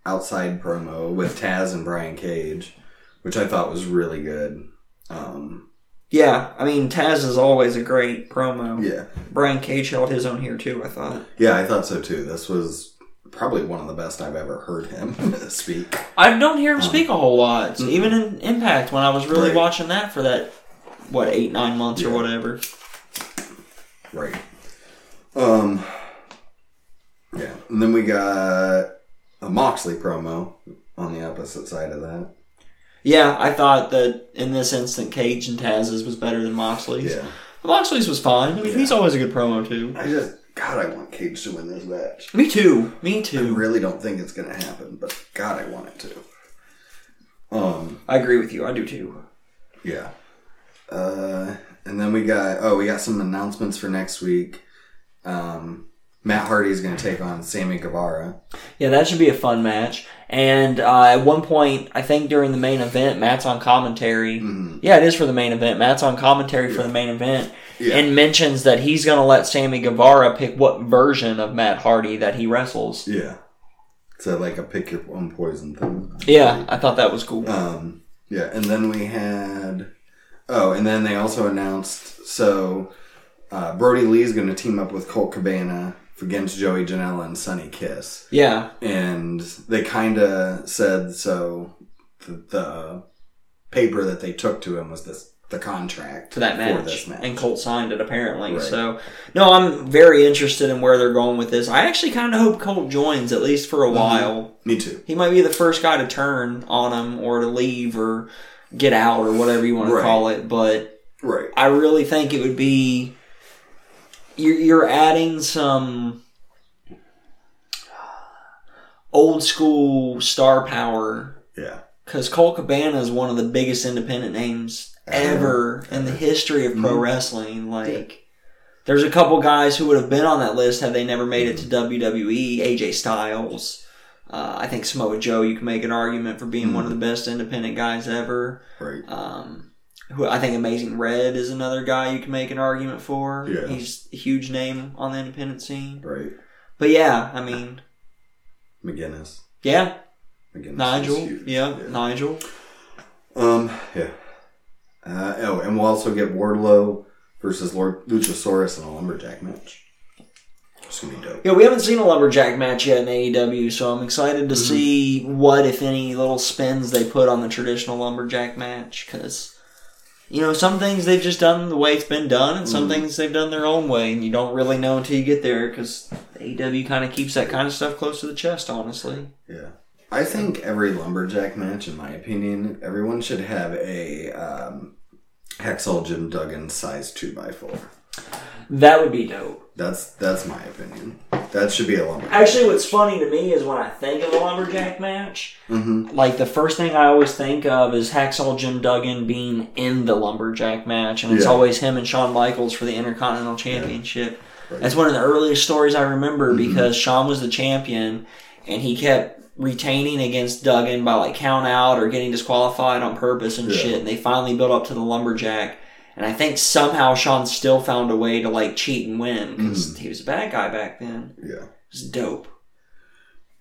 outside promo with Taz and Brian Cage, which I thought was really good. Um.
Yeah, I mean Taz is always a great promo.
Yeah.
Brian Cage held his own here too. I thought.
Yeah. I thought so too. This was probably one of the best I've ever heard him speak.
I don't hear him speak a whole lot. So Even in Impact, when I was really
Right.
watching that for that, what eight nine months or
Yeah.
whatever.
Right. Um. Yeah. And then we got a Moxley promo on the opposite side of that.
Yeah, I thought that in this instant, Cage and Taz's was better than Moxley's. Moxley's was fine. I mean,
Yeah.
he's always a good promo too.
I just God, I want Cage to win this match.
Me too. Me
I
too.
really don't think it's going to happen, but God, I want it to. Um,
I agree with you. I do too.
yeah. Uh, and then we got oh, we got some announcements for next week. Um, Matt Hardy is going to take on Sammy Guevara.
Yeah, that should be a fun match. And uh, at one point, I think during the main event, Matt's on commentary.
Mhm.
Yeah, it is for the main event. Matt's on commentary for the main event
Yeah.
and mentions that he's going to let Sammy Guevara pick what version of Matt Hardy that he wrestles.
Yeah. So like a pick your own poison thing.
Yeah, I thought that was cool.
Um, yeah, and then we had oh, and then they also announced so uh, Brody Lee's going to team up with Colt Cabana against Joey Janela and Sunny Kiss.
Yeah,
and they kind of said so the, the paper that they took to him was this the contract
for that match.
this match.
And Colt signed it apparently.
Right.
So no, I'm very interested in where they're going with this. I actually kind of hope Colt joins at least
Mhm.
for a while.
Me too.
He might be the first guy to turn on him or to leave or get out or whatever you want
Right.
to call it. But
Right.
I really think it would be you're, you're adding some old school star power
Yeah.
Because Cole Cabana is one of the biggest independent names ever in the history of pro
Mhm.
wrestling. Like, there's a couple guys who would have been on that list had they never made it to WWE. AJ Styles. Uh, I think Samoa Joe, you can make an argument for being one of the best independent guys ever.
Right.
Um, who I think Amazing Red is another guy you can make an argument for.
Yeah.
He's a huge name on the independent scene.
Right.
But yeah, I mean,
McGinnis.
yeah,
McGinnis. is
Nigel.
huge.
yeah, Nigel.
Um. Yeah. Uh, oh, and we'll also get Wardlow versus Lord Luchasaurus in a lumberjack match. It's gonna be dope.
Yeah, we haven't seen a lumberjack match yet in AEW, so I'm excited to see what, if any, little spins they put on the traditional lumberjack match. Because you know, some things they've just done the way it's been done, and some
Mhm.
things they've done their own way, and you don't really know until you get there. Because AEW kind of keeps that kind of stuff close to the chest, honestly.
Yeah. I think every lumberjack match, in my opinion, everyone should have a um, Hexall Jim Duggan size two x four.
That would be dope.
That's that's my opinion. That should be a lumberjack.
Actually, what's funny to me is when I think of a lumberjack match,
Mhm.
like the first thing I always think of is Hacksaw Jim Duggan being in the lumberjack match, and it's
Yeah.
always him and Shawn Michaels for the Intercontinental Championship.
Right. Mm-hmm.
That's one of the earliest stories I remember because Shawn was the champion, and he kept retaining against Duggan by like count out or getting disqualified on purpose and
Yeah.
shit. And they finally built up to the lumberjack. And I think somehow Shawn still found a way to like cheat and win
Mm.
because he was a bad guy back then.
Yeah.
It's dope.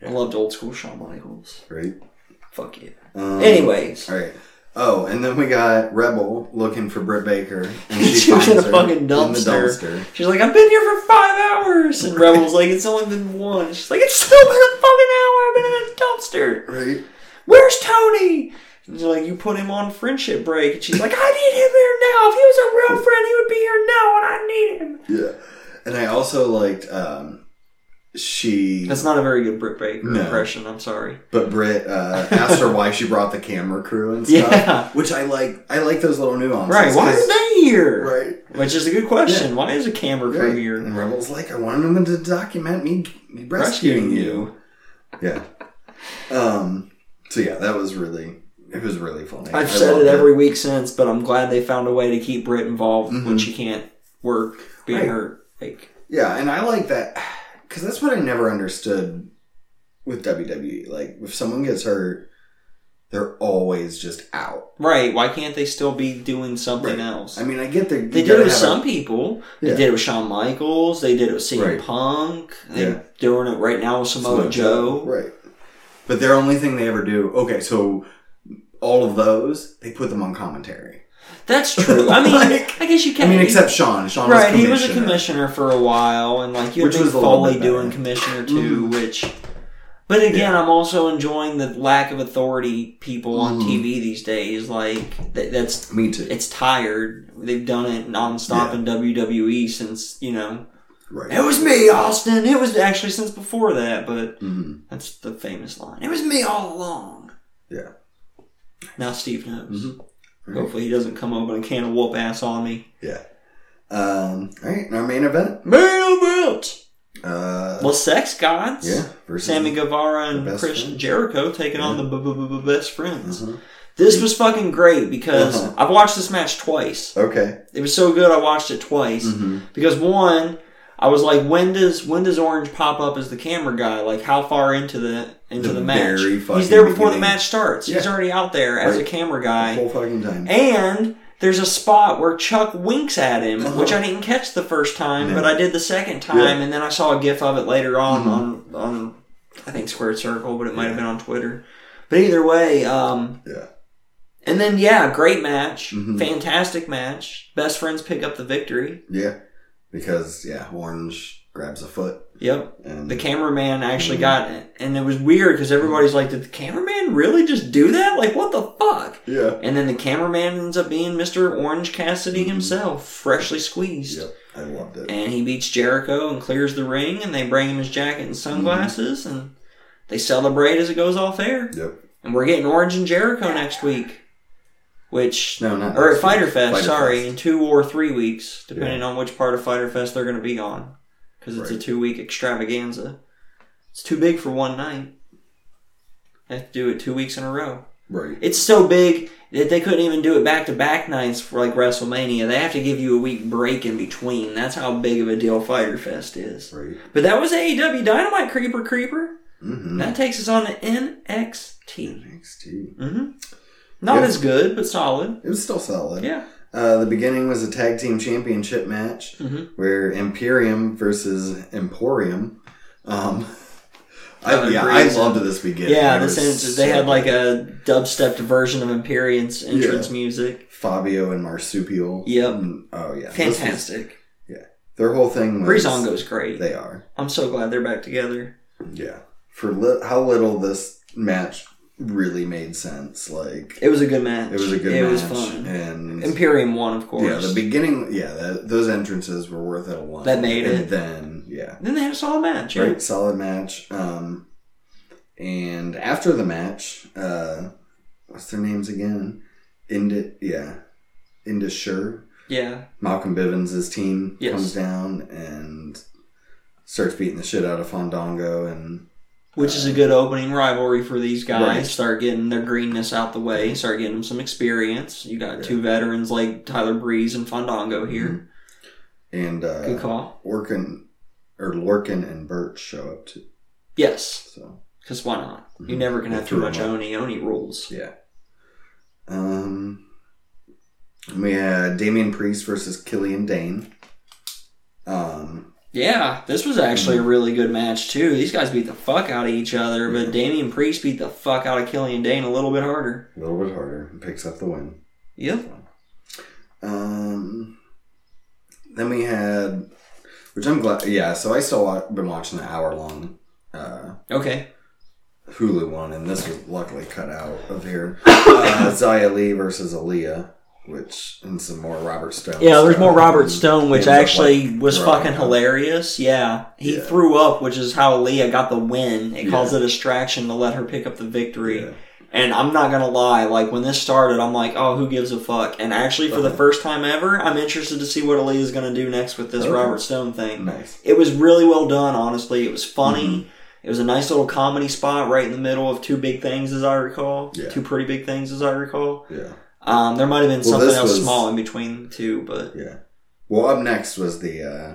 I loved old school Shawn Michaels.
Right.
Fuck it.
Um,
Anyways,
All right. Oh, and then we got Rebel looking for Britt Baker, and she,
She was
finds
in a
her
fucking
in the
dumpster.
dumpster.
she's like, I've been here for five hours, and Rebel's like, it's only been one. She's like, it's still been a fucking hour. I've been in a dumpster.
Right.
Where's Tony? And she's like, you put him on friendship break, and she's like, I need him here now. If he was a real friend, he would be here now, and I need him.
Yeah. And I also liked um she
That's not a very good Britt Baker
No.
impression. I'm sorry.
but Britt uh, asked her why she brought the camera crew and stuff.
Yeah.
Which I like I like those little nuances.
Right? Why
'cause-
are they here?
Right.
Which is a good question. Why is a camera crew
Right.
here?
And Rebel's like, I wanted them to document me rescuing,
Rescuing
you. Yeah. Um so yeah, that was really it was really funny.
I've
I
said
loved
it every week since, but I'm glad they found a way to keep Britt involved when she can't work, being
Mm-hmm. Right.
hurt. Like,
Yeah, and I like that because that's what I never understood with WWE. Like, if someone gets hurt, they're always just out.
right? Why can't they still be doing something
Right.
else?
I mean, I get the
they
you
did
gotta
it with
have a-
some people.
Yeah.
They did it with Shawn Michaels. They did it with CM
Right.
Punk. They're
Yeah.
doing it right now with Samoa,
Samoa
Joe.
right? But their only thing they ever do. Okay, so all of those they put them on commentary.
That's true. I mean,
Like-
I guess you
I
can.
mean, except Sean. Sean
right,
was
he was a
commissioner.
commissioner for a while, and like you had
Which
Mick
was a little
Foley
bit better.
doing commissioner too, which. But again, I'm also enjoying the lack of authority people on
Mhm.
TV these days. Like that, that's
Me too.
it's tired. They've done it nonstop
Yeah.
in WWE since you know
Right.
it was me, Austin. It was actually since before that, but
Mhm.
that's the famous line. It was me all along.
Yeah.
Now Steve knows.
Mhm. Right.
Hopefully, he doesn't come open a can of whoop ass on me.
Yeah. Um. All right. and Our main event.
Main event.
Uh.
Well, sex gods.
Yeah. Versus
Sammy Guevara
The
and
best
Christian
friends.
Jericho taking on the b- b- b- best friends.
Mhm.
This was fucking great because
Uh-huh.
I've watched this match twice.
Okay.
It was so good I watched it twice.
Mm-hmm.
Because one, I was like, when does when does Orange pop up as the camera guy? Like how far into the into the,
The
match?
very
He's
fucking
there before the
beginning.
match starts. He's
Yeah.
already out there as
Right.
a camera guy.
Whole fucking time.
And there's a spot where Chuck winks at him,
Uh-huh.
which I didn't catch the first time,
No.
but I did the second time,
Yeah. Mm-hmm.
and then I saw a gif of it later on on on I think Squared Circle, but it might have been on Twitter. But either way, um,
yeah.
and then yeah, great match,
Mhm.
fantastic match. Best friends pick up the victory.
Yeah, because yeah, Orange grabs a foot
Yep.
and
The cameraman actually
Mm-hmm.
got it. And it was weird because everybody's like, did the cameraman really just do that? Like, what the fuck?
yeah.
And then the cameraman ends up being Mr. Orange Cassidy
Mm-hmm.
himself, freshly squeezed.
Yep, I loved it.
And he beats Jericho and clears the ring, and they bring him his jacket and sunglasses, and they celebrate as it goes off air.
Yep.
And we're getting Orange and Jericho next week, which
No, not
or
next
at Fighter
week.
Fest,
Fyter
sorry,
Fest.
in two or three weeks, depending on which part of Fighter Fest they're going to be on, because it's a
Right.
two-week extravaganza. It's too big for one night. They have to do it two weeks in a row.
Right.
It's so big that they couldn't even do it back to back nights for like WrestleMania. They have to give you a week break in between. That's how big of a deal Fighter Fest is.
Right.
But that was AEW Dynamite Creeper Creeper.
Mm-hmm.
That takes us on to NXT.
NXT.
hmm Not
Yeah.
as good, but solid.
It was still solid.
Yeah.
Uh, the beginning was a tag team championship match
Mhm.
where Imperium versus Emporium. Um, I,
Another
yeah, I
reason.
loved this beginning.
Yeah,
It
the
was
sense they had
so-
like a dubstep version of Imperium's entrance music.
Fabio and Marsupial.
Yep.
Mm, Oh yeah, This was-
Fantastic.
their whole thing. Was,
Breezango's great.
They are.
I'm so glad they're back together.
Yeah. For li- how little this match really made sense. Like
It was a good match.
it was a good
It
match.
was fun.
And
Imperium won, of course.
yeah, the beginning. Yeah, that, those entrances were worth it a lot.
That made
and
it.
Then yeah,
Then they had a solid match. yeah.
right, solid match. Um, and after the match, uh, what's their names again? Indi yeah, Indisure.
Yeah.
Malcolm Bivens' team
Yes.
comes down and starts beating the shit out of Fondango and
Which is a good opening rivalry for these guys.
Right.
Start getting their greenness out the way. Start getting them some experience. You got
Yeah.
two veterans like Tyler Breeze and Fandango here.
and
Mm-hmm. Good
uh,
call.
Orkin or Lorkin and Birch show up too.
Yes,
So
because why not? You
Mhm.
never can
They
have too
threw
much
them
Oni. Oni rules.
yeah, um, we had Damian Priest versus Killian Dane. Um,
Yeah, this was actually a really good match too. These guys beat the fuck out of each other, but Damian Priest beat the fuck out of Killian Dane a little bit harder.
a little bit harder, and picks up the win.
Yep.
Um, then we had, which I'm glad. Yeah, so I still wa- been watching the hour long uh,
Okay.
Hulu one, and this was luckily cut out of here. Uh, Zaya Lee versus Aaliyah, which and some more Robert Stone.
Yeah, there's
stuff,
more Robert
and
Stone, which
ends up,
actually
like,
was
throwing
fucking
up.
hilarious. Yeah, he
Yeah.
threw up, which is how Aaliyah got the win. It
Yeah.
caused a distraction to let her pick up the victory.
Yeah.
And I'm not gonna lie, like when this started, I'm like, oh, who gives a fuck? And actually, for the
Uh-huh.
first time ever, I'm interested to see what Aaliyah's gonna do next with this
Okay.
Robert Stone thing.
Nice.
It was really well done, honestly. It was funny.
Mm-hmm.
It was a nice little comedy spot right in the middle of two big things, as I recall.
Yeah.
Two pretty big things, as I recall.
Yeah,
Um, there might have been
Well,
something
this
else
was-
small in between the two, but
yeah. Well, up next was the uh,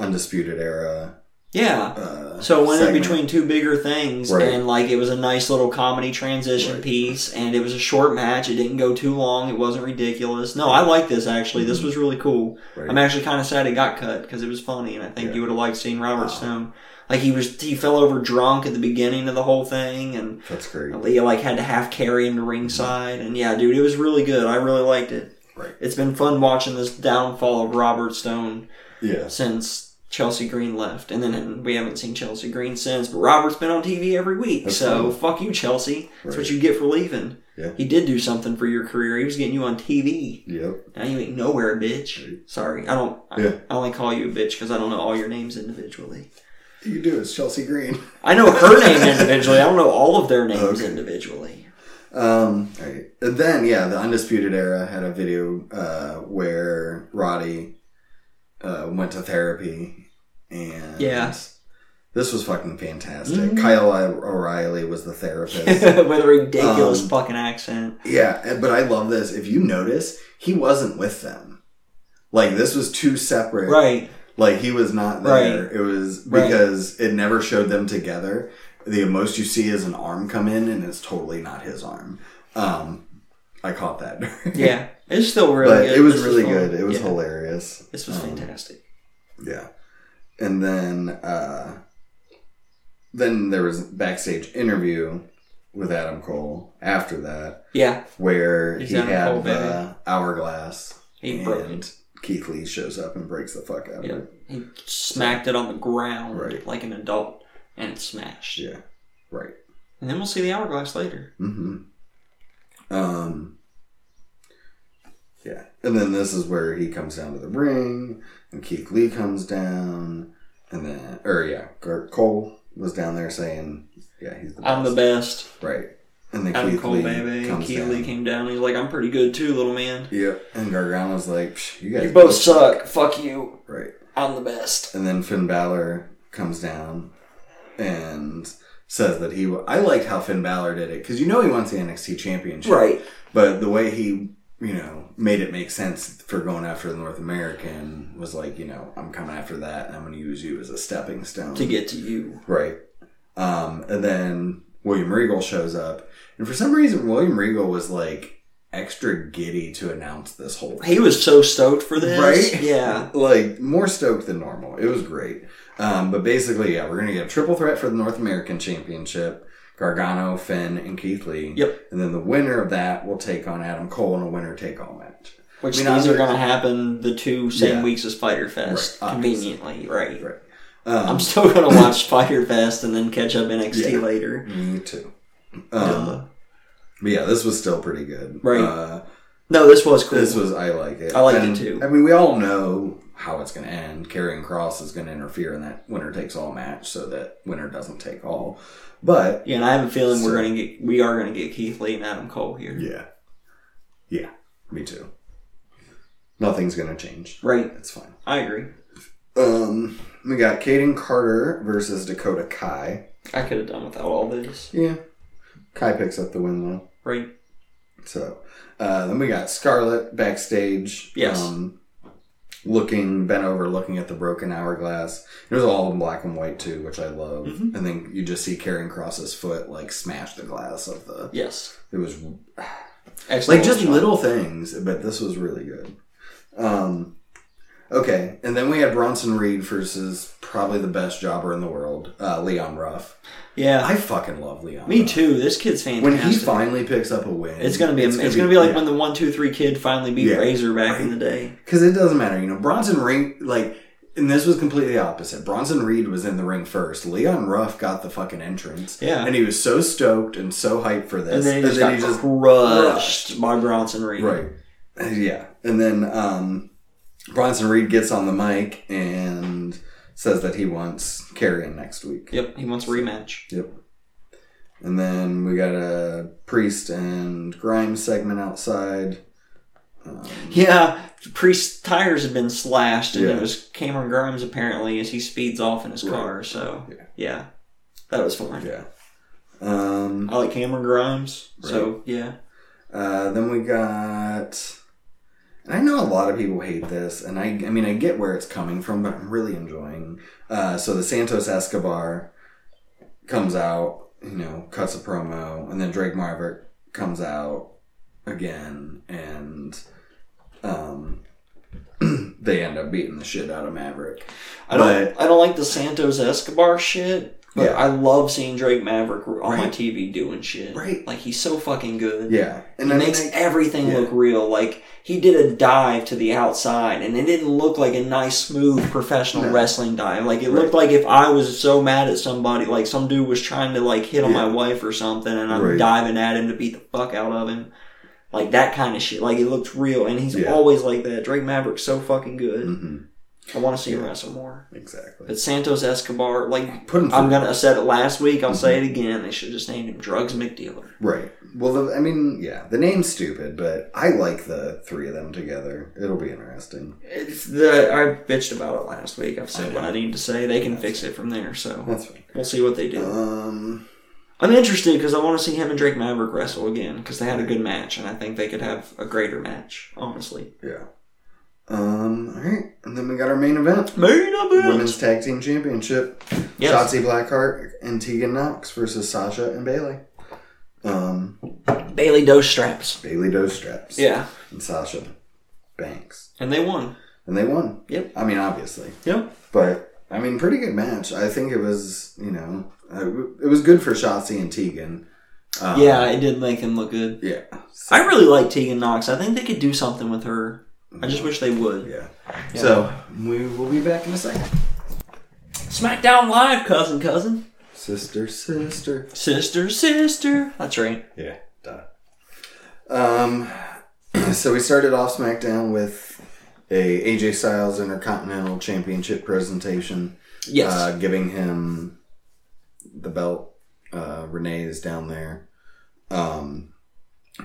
Undisputed Era.
yeah.
Uh,
So it went in
segment.
between two bigger things,
Right.
and like it was a nice little comedy transition
Right.
piece, and it was a short match. It didn't go too long. It wasn't ridiculous. No, I like this actually. This
Mhm.
was really cool.
Right.
I'm actually kind of sad it got cut because it was funny, and I think
Yeah.
you would have liked seeing Robert
Wow.
Stone. Like he was, he fell over drunk at the beginning of the whole thing, and
That's great.
Leah like had to half carry him to ringside. And yeah, dude, it was really good. I really liked it.
Right.
It's been fun watching this downfall of Robert Stone
Yeah.
since Chelsea Green left, and then we haven't seen Chelsea Green since. But Robert's been on TV every week,
That's
so fuck you, Chelsea. That's what
Right.
you get for leaving.
Yeah.
He did do something for your career. He was getting you on TV.
Yep.
Now you ain't nowhere, bitch.
Right.
Sorry, I don't. I-
Yeah.
I only call you a bitch because I don't know all your names individually.
You do. It's Chelsea Green.
I know her name individually. I don't know all of their names
Okay.
individually.
Um, right. And then, yeah, the Undisputed Era had a video uh, where Roddy uh, went to therapy, and
Yeah.
this was fucking fantastic.
Mhm.
Kyle I- O'Reilly was the therapist.
With a ridiculous
Um,
fucking accent.
yeah, and- but I love this. If you notice, he wasn't with them. Like this was two separate.
Right.
Like he was not there. It was
Right.
because it never showed them together. The most you see is an arm come in, and it's totally not his arm. Um, I caught that.
Yeah. It's still really
but
good.
it was
This
really
fun.
good. It was
Yeah.
hilarious.
This was
Um,
fantastic.
Yeah, and then uh, then there was backstage interview with Adam Cole after that,
Yeah.
where
He's
he
Adam
had
Cole,
the hourglass
He
and
broke it.
Keith Lee shows up and breaks the fuck out
Yeah.
of it.
He smacked it on the ground
Right.
like an adult, and it smashed.
Yeah. Right.
And then we'll see the hourglass later.
Mm-hmm. Um. Yeah, and then this is where he comes down to the ring, and Keith Lee comes down, and then or yeah, Kurt Cole was down there saying, "Yeah, he's the best."
I'm the best.
right, and then
Adam
Keith
Cole,
Lee
baby.
comes
Keith
down.
Lee came down. He's like, I'm pretty good too, little man.
Yep, and Gargano's like, "Psh, "You guys,
You both suck. Fuck you.
Right,
I'm the best.
and then Finn Balor comes down and says that he. w- I liked how Finn Balor did it because you know he wants the NXT championship,
Right.
But the way he, you know, made it make sense for going after the North American was like, you know, I'm coming after that and I'm going to use you as a stepping stone.
To get to you.
Right. Um, and then William Regal shows up. And for some reason, William Regal was like extra giddy to announce this whole
He was so stoked for this.
Right?
Yeah.
Like, more stoked than normal. It was great. Um, but basically, yeah, we're going to get a triple threat for the North American Championship Gargano, Finn, and Keith Lee.
Yep.
And then the winner of that will take on Adam Cole in a winner take all match.
Which
I mean,
these
I'm-
are going to happen the two same
Yeah.
weeks as Fighter Fest,
Right, obviously.
conveniently. Right.
Right. Um,
I'm still going to watch Fighter Fest and then catch up NXT
Yeah.
later.
Me too. Um,
Duh.
But yeah, this was still pretty good.
Right.
Uh,
no, this was cool.
This was I like it.
I liked it
And,
too.
I mean, we all know how it's going to end. Carrying Cross is going to interfere in that winner takes all match, so that winner doesn't take all. But
yeah, and I have a feeling
So-
we're going to get we are going to get Keith Lee and Adam Cole here.
yeah, yeah, me too. Nothing's going to change.
Right.
It's fine.
I agree.
Um, we got Kaden Carter versus Dakota Kai.
I could have done without all this.
Yeah, Kai picks up the win though.
Right.
So uh, then we got Scarlett backstage.
Yes.
Um, looking bent over, looking at the broken hourglass. It was all in black and white too, which I love.
Mhm.
And then you just see Karen Cross's foot like smash the glass of the.
Yes.
It was like
Excellent
just
shot.
little things, but this was really good. Um, okay, and then we had Bronson Reed versus probably the best jobber in the world, uh, Leon Ruff.
Yeah.
I fucking love Leon.
Me
Ruff.
too. This kid's
When
fantastic.
he finally picks up a win,
it's gonna be it's, gonna be, like when the one two three kid finally beat
Yeah.
Razor back in the day.
Because it doesn't matter, you know. Bronson Reed, like, and this was completely opposite. Bronson Reed was in the ring first. Leon Ruff got the fucking entrance,
Yeah.
and he was so stoked and so hyped for this,
And then he just got crushed, by Bronson Reed.
right, yeah. And then um, Bronson Reed gets on the mic and says that he wants Carrion next week.
Yep. He wants a rematch.
Yep. And then we got a Priest and Grimes segment outside. Um,
Yeah. Priest's tires had been slashed, and
Yeah.
it was Cameron Grimes apparently as he speeds off in his
Right.
car. So
Yeah.
yeah. that was fun.
yeah. Um,
I like Cameron Grimes. So yeah.
Uh, then we got, and I know a lot of people hate this, and I, I mean, I get where it's coming from, but I'm really enjoying. Uh, so the Santos Escobar comes out, you know, cuts a promo, and then Drake Maverick comes out again, and um, they end up beating the shit out of Maverick.
I don't I don't like the Santos Escobar shit, but
Yeah.
I love seeing Drake Maverick on my
Right.
TV doing shit.
Right.
Like he's so fucking good.
Yeah, and
It
I mean,
makes
I-
everything
yeah.
look real. Like he did a dive to the outside and it didn't look like a nice smooth professional
No.
wrestling dive. Like it looked like if I was so mad at somebody, like some dude was trying to like hit on
Yeah.
my wife or something and I'm
Right.
diving at him to beat the fuck out of him. Like that kind of shit. Like it looked real and he's
Yeah.
always like that. Drake Maverick's so fucking good.
Mhm,
I want to see him
Yeah.
wrestle more.
exactly.
But Santos Escobar, like
Put him
I'm
through.
gonna I said it last week,
Mm-hmm.
I'll say it again. They should just name him Drugs McDealer.
Right. Well, the, I mean, yeah, the name's stupid, but I like the three of them together. It'll be interesting.
It's the I bitched about it last week. I've
I
said
know.
what I need to say. They can fix it from there. So
That's fine.
we'll see what they do.
Um,
I'm interested because I want to see him and Drake Maverick wrestle again because they had a good match and I think they could have a greater match. Honestly,
yeah. Um, all right. And then we got our main event.
main event.
Women's Tag Team Championship.
Yes,
Shotzi Blackheart and Tegan Knox versus Sasha and Bailey. Um,
Bailey Dose straps.
Bailey Doe straps.
Yeah,
And Sasha Banks.
and they won.
And they won.
Yep.
I mean, obviously.
Yep.
But I mean, pretty good match. I think it was, you know, uh, it was good for Shotzi and Tegan. Um,
Uh, yeah, it did make them look good.
Yeah.
I really like Tegan Knox. I think they could do something with her. I just wish they would.
Yeah.
Yeah.
So we will be back in a second.
SmackDown Live, cousin, cousin.
Sister, sister.
Sister, sister. That's right.
Yeah. Duh. Um. So we started off SmackDown with a AJ Styles Intercontinental Championship presentation.
Yes.
uh, giving him the belt. Uh, Renee is down there, um,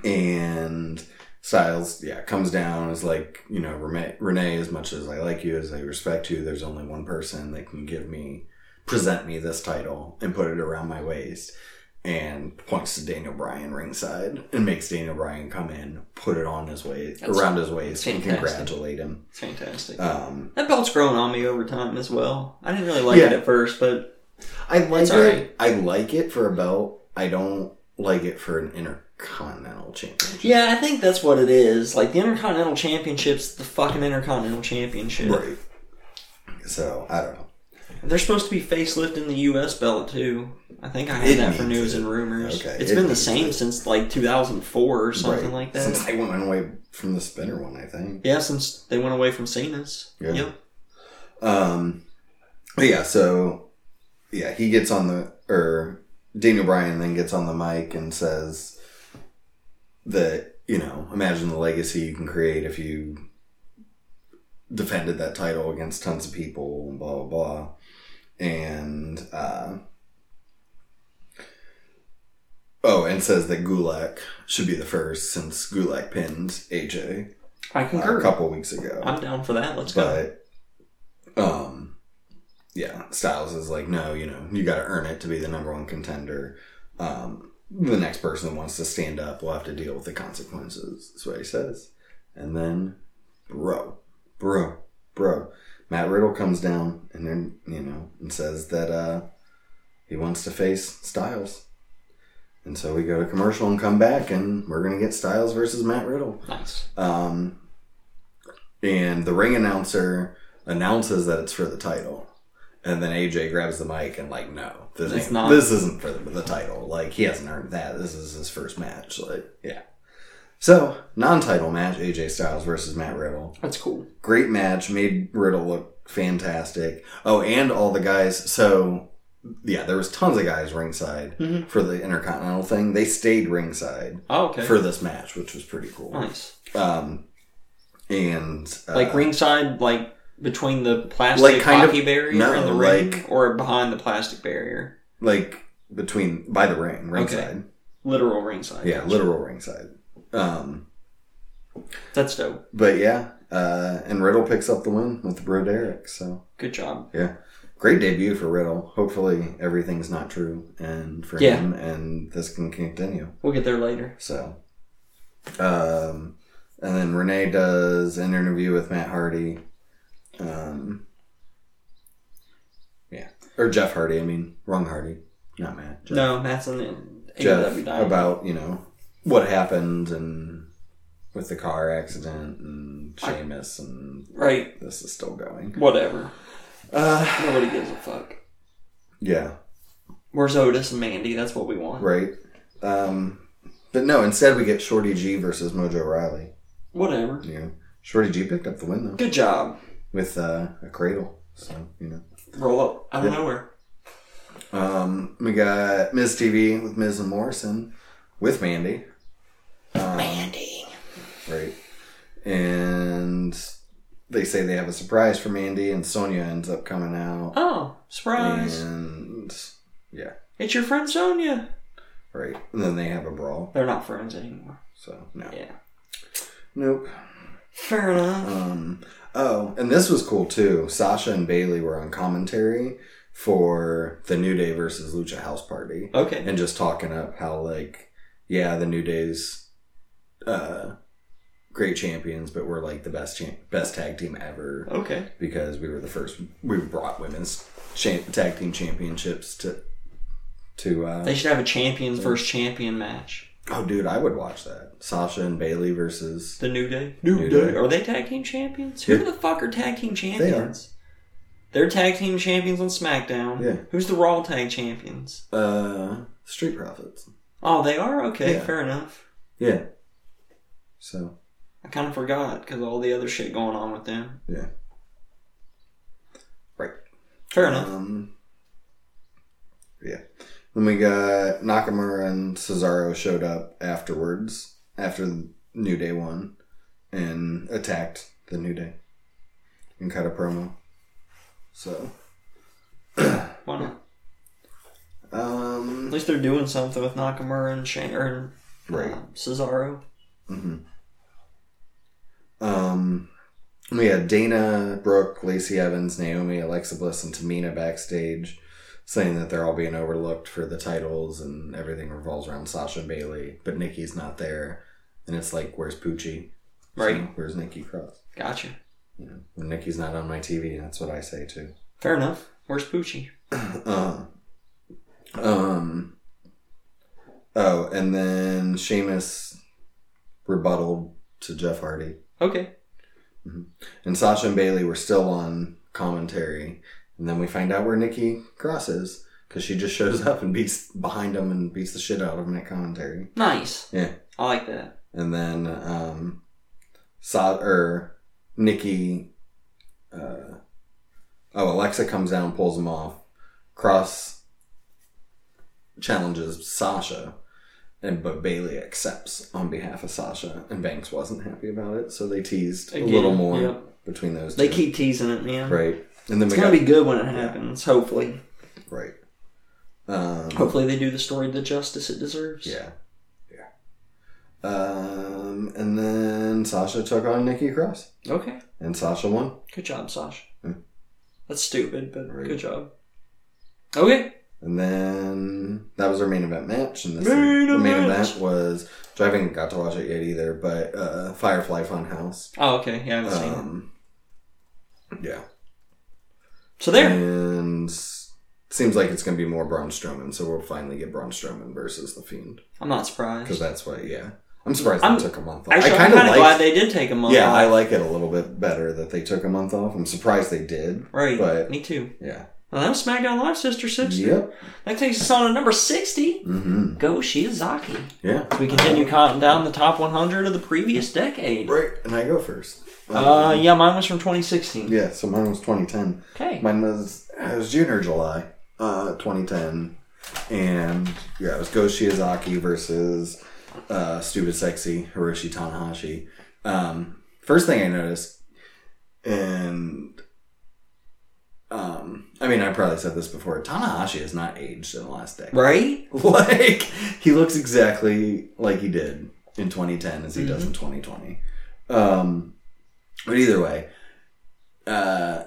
and Styles, yeah, comes down is like, you know, Renee, Renee. As much as I like you, as I respect you, there's only one person that can give me, present me this title and put it around my waist. And points to Daniel Bryan ringside and makes Daniel Bryan come in, put it on his waist,
That's
around his waist, and
fantastic.
congratulate him.
It's fantastic.
Um,
that belt's grown on me over time as well. I didn't really like it
Yeah.
at first, but
I like
It's
it.
alright.
I like it for a belt. I don't like it for an intercontinental championship.
yeah, I think that's what it is. Like the Intercontinental Championship's the fucking Intercontinental Championship.
Right. So I don't know.
They're supposed to be facelifting the U.S. belt too. I think I had
It
that for
needs
news
it.
and rumors.
Okay,
it's
it
been the
needs
same
it.
since like 2004 or something
Right.
like that.
Since they went away from the spinner one, I think.
yeah, since they went away from Cena's.
Yeah.
Yep.
Um. But yeah. So yeah, he gets on the or Daniel Bryan then gets on the mic and says that you know imagine the legacy you can create if you defended that title against tons of people and blah blah blah and uh oh and says that Gulak should be the first since Gulak pinned AJ
I
a
concur.
Uh, couple weeks ago
I'm down for that. Let's go.
but um yeah styles is like no you know you got to earn it to be the number one contender um the next person that wants to stand up will have to deal with the consequences that's what he says and then bro bro bro matt riddle comes down and then you know and says that uh he wants to face styles and so we go to commercial and come back and we're gonna get styles versus matt riddle
Nice.
um, and the ring announcer announces that it's for the title, and then AJ grabs the mic and like, no, this
It's
ain't,
not.
This isn't for the, the title. Like he hasn't earned that. This is his first match. Like yeah. So non-title match: AJ Styles versus Matt Riddle.
That's cool.
Great match. Made Riddle look fantastic. Oh, and all the guys. So. Yeah, there was tons of guys ringside
Mhm.
for the Intercontinental thing. They stayed ringside
Oh, okay.
for this match, which was pretty cool.
nice.
Um, and uh,
Like ringside, like between the plastic
Like, kind of-
hockey barrier
no,
and the ring,
like-
or behind the plastic barrier.
like between by the ring, ringside.
Literal ringside.
Yeah,
Gotcha.
literal ringside. Um,
That's dope.
but yeah, uh, and Riddle picks up the win with Broderick. So
Good job.
great debut for Riddle. Hopefully everything's not true and for
Yeah.
him, and this can continue.
We'll get there later.
So, um, and then Renee does an interview with Matt Hardy. Um, yeah, or Jeff Hardy. I mean, wrong Hardy, not Matt. Jeff.
No, Matt's in the
Jeff
AEW Dynamite.
about you know what happened and with the car accident and Seamus and
Right.
this is still going.
Whatever.
Uh,
Nobody gives a fuck.
yeah,
Where's Otis and Mandy? That's what we want.
right. Um, but no, instead we get Shorty G versus Mojo Riley.
Whatever.
You know, Shorty G picked up the win though
Good job.
with uh, a cradle. So you know,
Roll up out of nowhere.
um, we got Ms. TV with Ms. and Morrison with Mandy, Um,
Mandy.
right? And they say they have a surprise for Mandy, and Sonia ends up coming out.
Oh, surprise.
And yeah,
It's your friend Sonia.
right. And then they have a brawl.
They're not friends anymore.
So no.
Yeah.
Nope.
Fair enough.
Um oh, and this was cool too. Sasha and Bailey were on commentary for the New Day versus Lucha House Party.
Okay.
And just talking up how like, yeah, the New Day's uh great champions, but we're like the best champ- best tag team ever
Okay.
because we were the first we brought women's cha- tag team championships to to uh
They should have a champions versus champion match.
Oh, dude, I would watch that. Sasha and Bailey versus.
The New Day.
New Day.
Are they tag team champions? Who
Yeah.
the fuck are tag team
are.
champions? They are tag team champions on SmackDown.
Yeah.
Who's the Raw tag champions?
Uh, Street Profits.
Oh, they are? Okay,
Yeah.
fair enough.
Yeah. So
I kind of forgot because all the other shit going on with them.
Yeah. Right.
Fair enough.
Um, yeah. Then we got Nakamura and Cesaro showed up afterwards, after New Day won, and attacked the New Day and cut a promo. So,
Why not? At
um,
least they're doing something with Nakamura and Shane or uh,
right.
Cesaro.
hmm Um, we had Dana, Brooke, Lacey Evans, Naomi, Alexa Bliss, and Tamina backstage saying that they're all being overlooked for the titles and everything revolves around Sasha and Bailey, but Nikki's not there. And it's like, where's Poochie? So,
Right.
where's Nikki Cross?
Gotcha.
You know, when Nikki's not on my TV, that's what I say too.
Fair enough. Where's Poochie?
Um, um, oh, and then Sheamus rebutted to Jeff Hardy.
Okay.
And Sasha and Bailey were still on commentary. And then we find out where Nikki Cross is because she just shows up and beats behind them and beats the shit out of them at commentary.
Nice.
Yeah.
I like that.
And then um, Sa- or Nikki, uh, oh Alexa comes down, pulls them off. Cross challenges Sasha, and but Bailey accepts on behalf of Sasha, and Banks wasn't happy about it, so they teased
Again,
a little more
yep.
between those.
They
two.
keep teasing it, man.
Right. And then
It's
we
gonna
got
be good when it happens. Hopefully.
right. Um,
Hopefully they do the story the justice it deserves.
Yeah. Yeah. Um, and then Sasha took on Nikki Cross,
Okay.
and Sasha won.
Good job, Sasha.
Hmm.
That's stupid, but
Right.
good job. Okay.
And then that was our main event match, and this
Main
the main
event.
event was which I haven't got to watch it yet either, but uh, Firefly Funhouse.
Oh, okay. Yeah, I haven't seen it.
Um, yeah,
So there.
and s- seems like it's gonna be more Braun Strowman, so we'll finally get Braun Strowman versus the Fiend
I'm not
because
surprised.
that's what. Yeah, I'm surprised
I'm-
it took a month.
Actually, I am
kinda
kind of
liked-
glad they did take a month.
Yeah, I
off.
like it a little bit better that they took a month off. I'm surprised they did.
right.
but-
Me too.
Yeah.
Well, that was SmackDown Live Sister 60.
Yep.
That takes us on to number 60.
hmm
Go Shizaki.
Yeah.
We continue counting down the top 100 of the previous decade.
Right. And I go first.
Uh,
Um,
yeah, mine was from 2016.
yeah. So mine was 2010.
Okay.
Mine was it was June or July, uh, 2010, and yeah, it was Go Shiozaki versus uh, Stupid Sexy Hiroshi Tanahashi. Um, first thing I noticed, and um, I mean, I probably said this before. Tanahashi has not aged in the last decade.
Right?
like he looks exactly like he did in 2010 as he does in
Mm-hmm.
2020 um but either way uh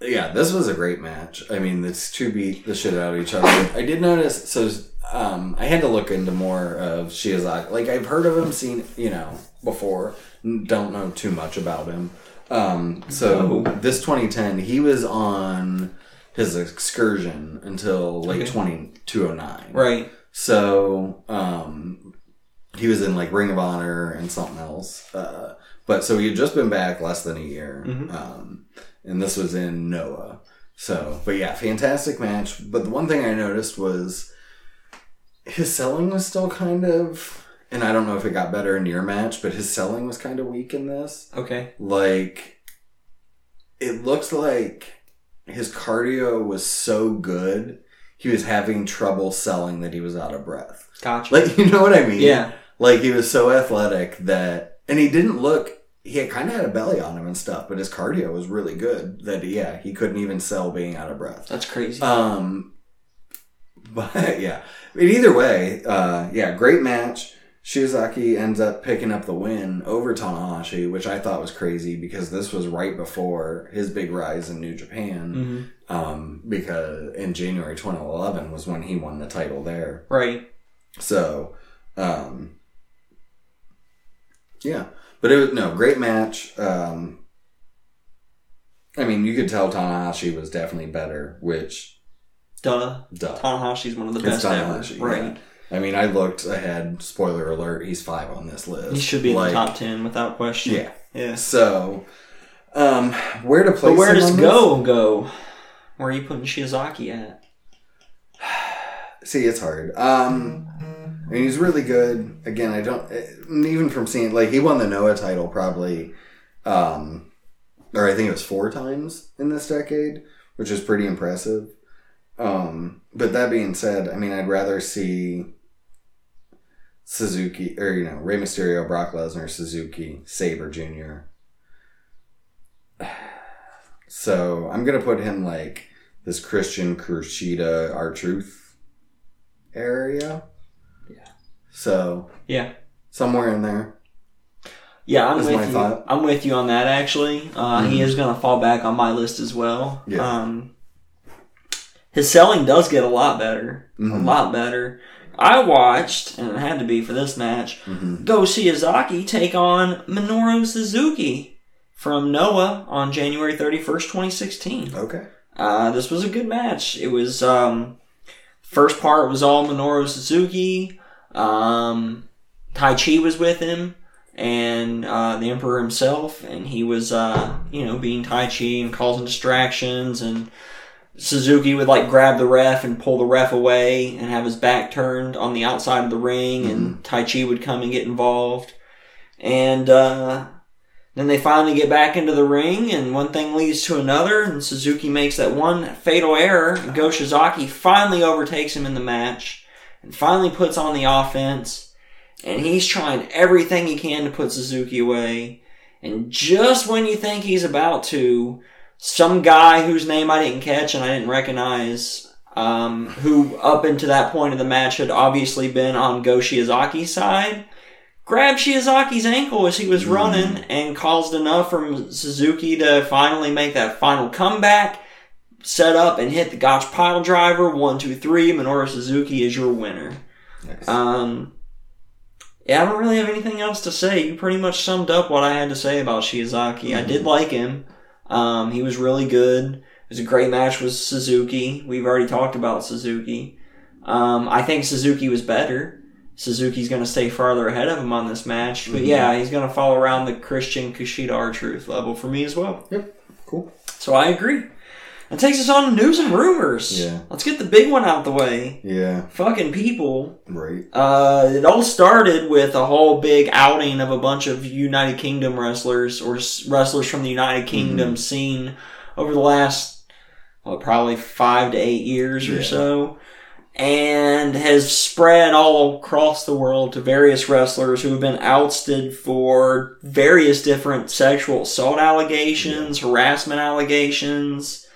yeah this was a great match i mean it's two beat the shit out of each other i did notice so um i had to look into more of shiozaki like i've heard of him seen you know before don't know too much about him um so
No.
this 2010 he was on his excursion until late
Okay.
2209
Right.
so um, he was in like Ring of Honor and something else. Uh, but so he had just been back less than a year,
Mhm.
um, and this was in Noah. So, but yeah, fantastic match. But the one thing I noticed was his selling was still kind of, and I don't know if it got better in your match, but his selling was kind of weak in this
Okay.
like it looks like his cardio was so good he was having trouble selling that he was out of breath
Gotcha.
like you know what i mean
yeah.
like he was so athletic that and he didn't look he had kind of had a belly on him and stuff but his cardio was really good that yeah he couldn't even sell being out of breath
That's crazy.
um, but yeah, but either way, uh, yeah, great match. Shizaki ends up picking up the win over Tanahashi, which I thought was crazy because this was right before his big rise in New Japan.
hmm
Um, because in January 2011 was when he won the title there.
Right.
So, um, yeah, but it was no great match. Um, I mean, you could tell Tanahashi was definitely better, which
Duh.
Duh.
Tanahashi's one of the
It's
best ever.
Tanahashi,
Right.
I mean, I looked ahead. Spoiler alert: he's five on this list.
He should be
Like,
in the top 10 without question.
Yeah.
Yeah.
So, um, where to place?
But where
him
does
on
Go go? Where are you putting Shizaki at?
this? See, it's hard. Um, I mean, he's really good. Again, I don't eh, even from seeing like he won the Noah title probably, um, or I think it was four times in this decade, which is pretty impressive. Um, but that being said, I mean, I'd rather see Suzuki or you know Rey Mysterio, Brock Lesnar, Suzuki, Saber Jr. So I'm gonna put him like this Christian Kushida, our truth area.
Yeah.
So
Yeah.
somewhere in there.
Yeah, I'm
That's my
with you.
thought.
I'm with you on that. Actually, uh, he is going to fall back on my list as well.
Mm-hmm. Yeah.
Um, his selling does get a lot better, a
Mhm.
lot better. I watched, and it had to be for this match.
Mhm.
Go Shiyazaki take on Minoru Suzuki from Noah on January 31st, 2016.
Okay.
Uh, this was a good match. It was um, first part was all Minoru Suzuki. Um, tai Chi was with him, and uh, the Emperor himself, and he was uh, you know being Tai Chi and causing distractions, and Suzuki would like grab the ref and pull the ref away and have his back turned on the outside of the ring, and Tai Chi would come and get involved, and. Uh, then they finally get back into the ring, and one thing leads to another, and Suzuki makes that one fatal error. And Goshizaki finally overtakes him in the match, and finally puts on the offense. And he's trying everything he can to put Suzuki away. And just when you think he's about to, some guy whose name I didn't catch and I didn't recognize, um, who up until that point of the match had obviously been on Go Shiazaki's side, grabbed Shiazaki's ankle as he was running and caused enough from Suzuki to finally make that final comeback, set up and hit the Gotch pile driver. One, two, three. Minoru Suzuki is your winner.
Nice.
Um, yeah, I don't really have anything else to say. You pretty much summed up what I had to say about Shizaki. I did like him. Um, he was really good. It was a great match with Suzuki. We've already talked about Suzuki. Um, I think Suzuki was better. Suzuki's going to stay farther ahead of him on this match. But
Mhm.
yeah, he's going to fall around the Christian Kushida R Truth level for me as well.
Yep. Cool.
So I agree. That takes us on to news and rumors.
Yeah.
Let's get the big one out the way.
Yeah.
Fucking people.
Right.
Uh, it all started with a whole big outing of a bunch of United Kingdom wrestlers or s- wrestlers from the United
Mm-hmm.
Kingdom scene over the last, well, probably five to eight years or
Yeah.
so, and has spread all across the world to various wrestlers who have been ousted for various different sexual assault allegations, harassment allegations.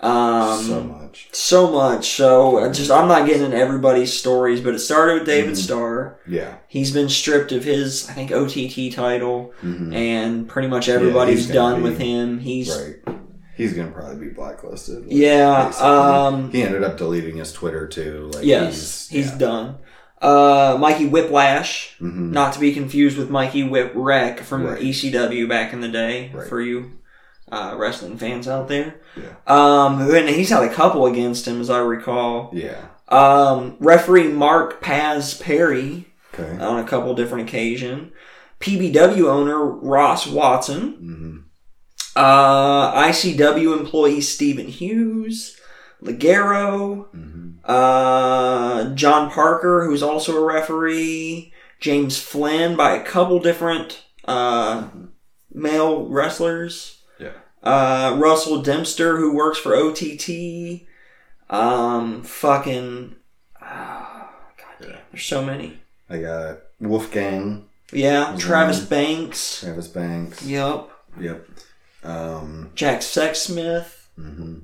Um,
so much.
so much. So I just I'm not getting into everybody's stories, but it started with David
Mhm.
Starr.
Yeah.
He's been stripped of his I think OTT title,
hmm
and pretty much everybody's
gonna
done
be-
with him. He's
Right. He's gonna probably be blacklisted. like,
yeah.
basically.
Um,
he ended up deleting his Twitter too. Like
yes, he's,
yeah.
done. Uh, Mikey Whiplash,
Mhm.
not to be confused with Mikey Whipwreck from
Right.
ECW back in the day.
Right.
For you uh, wrestling fans out there,
Yeah.
um, and he's had a couple against him, as I recall.
Yeah.
Um, referee Mark Paz Perry
Okay.
on a couple different occasion. PBW owner Ross Watson.
hmm
Uh, ICW employee Stephen Hughes. Ligero.
hmm
Uh, John Parker, who's also a referee. James Flynn by a couple different uh, male wrestlers.
Yeah.
Uh, Russell Dempster, who works for OTT. Um, fucking. ah, God damn,
Yeah.
there's so many.
I got Wolfgang,
Yeah,
Mhm.
Travis Banks.
Travis Banks.
Yep.
Yep. Um.
Jack Sexsmith.
hmm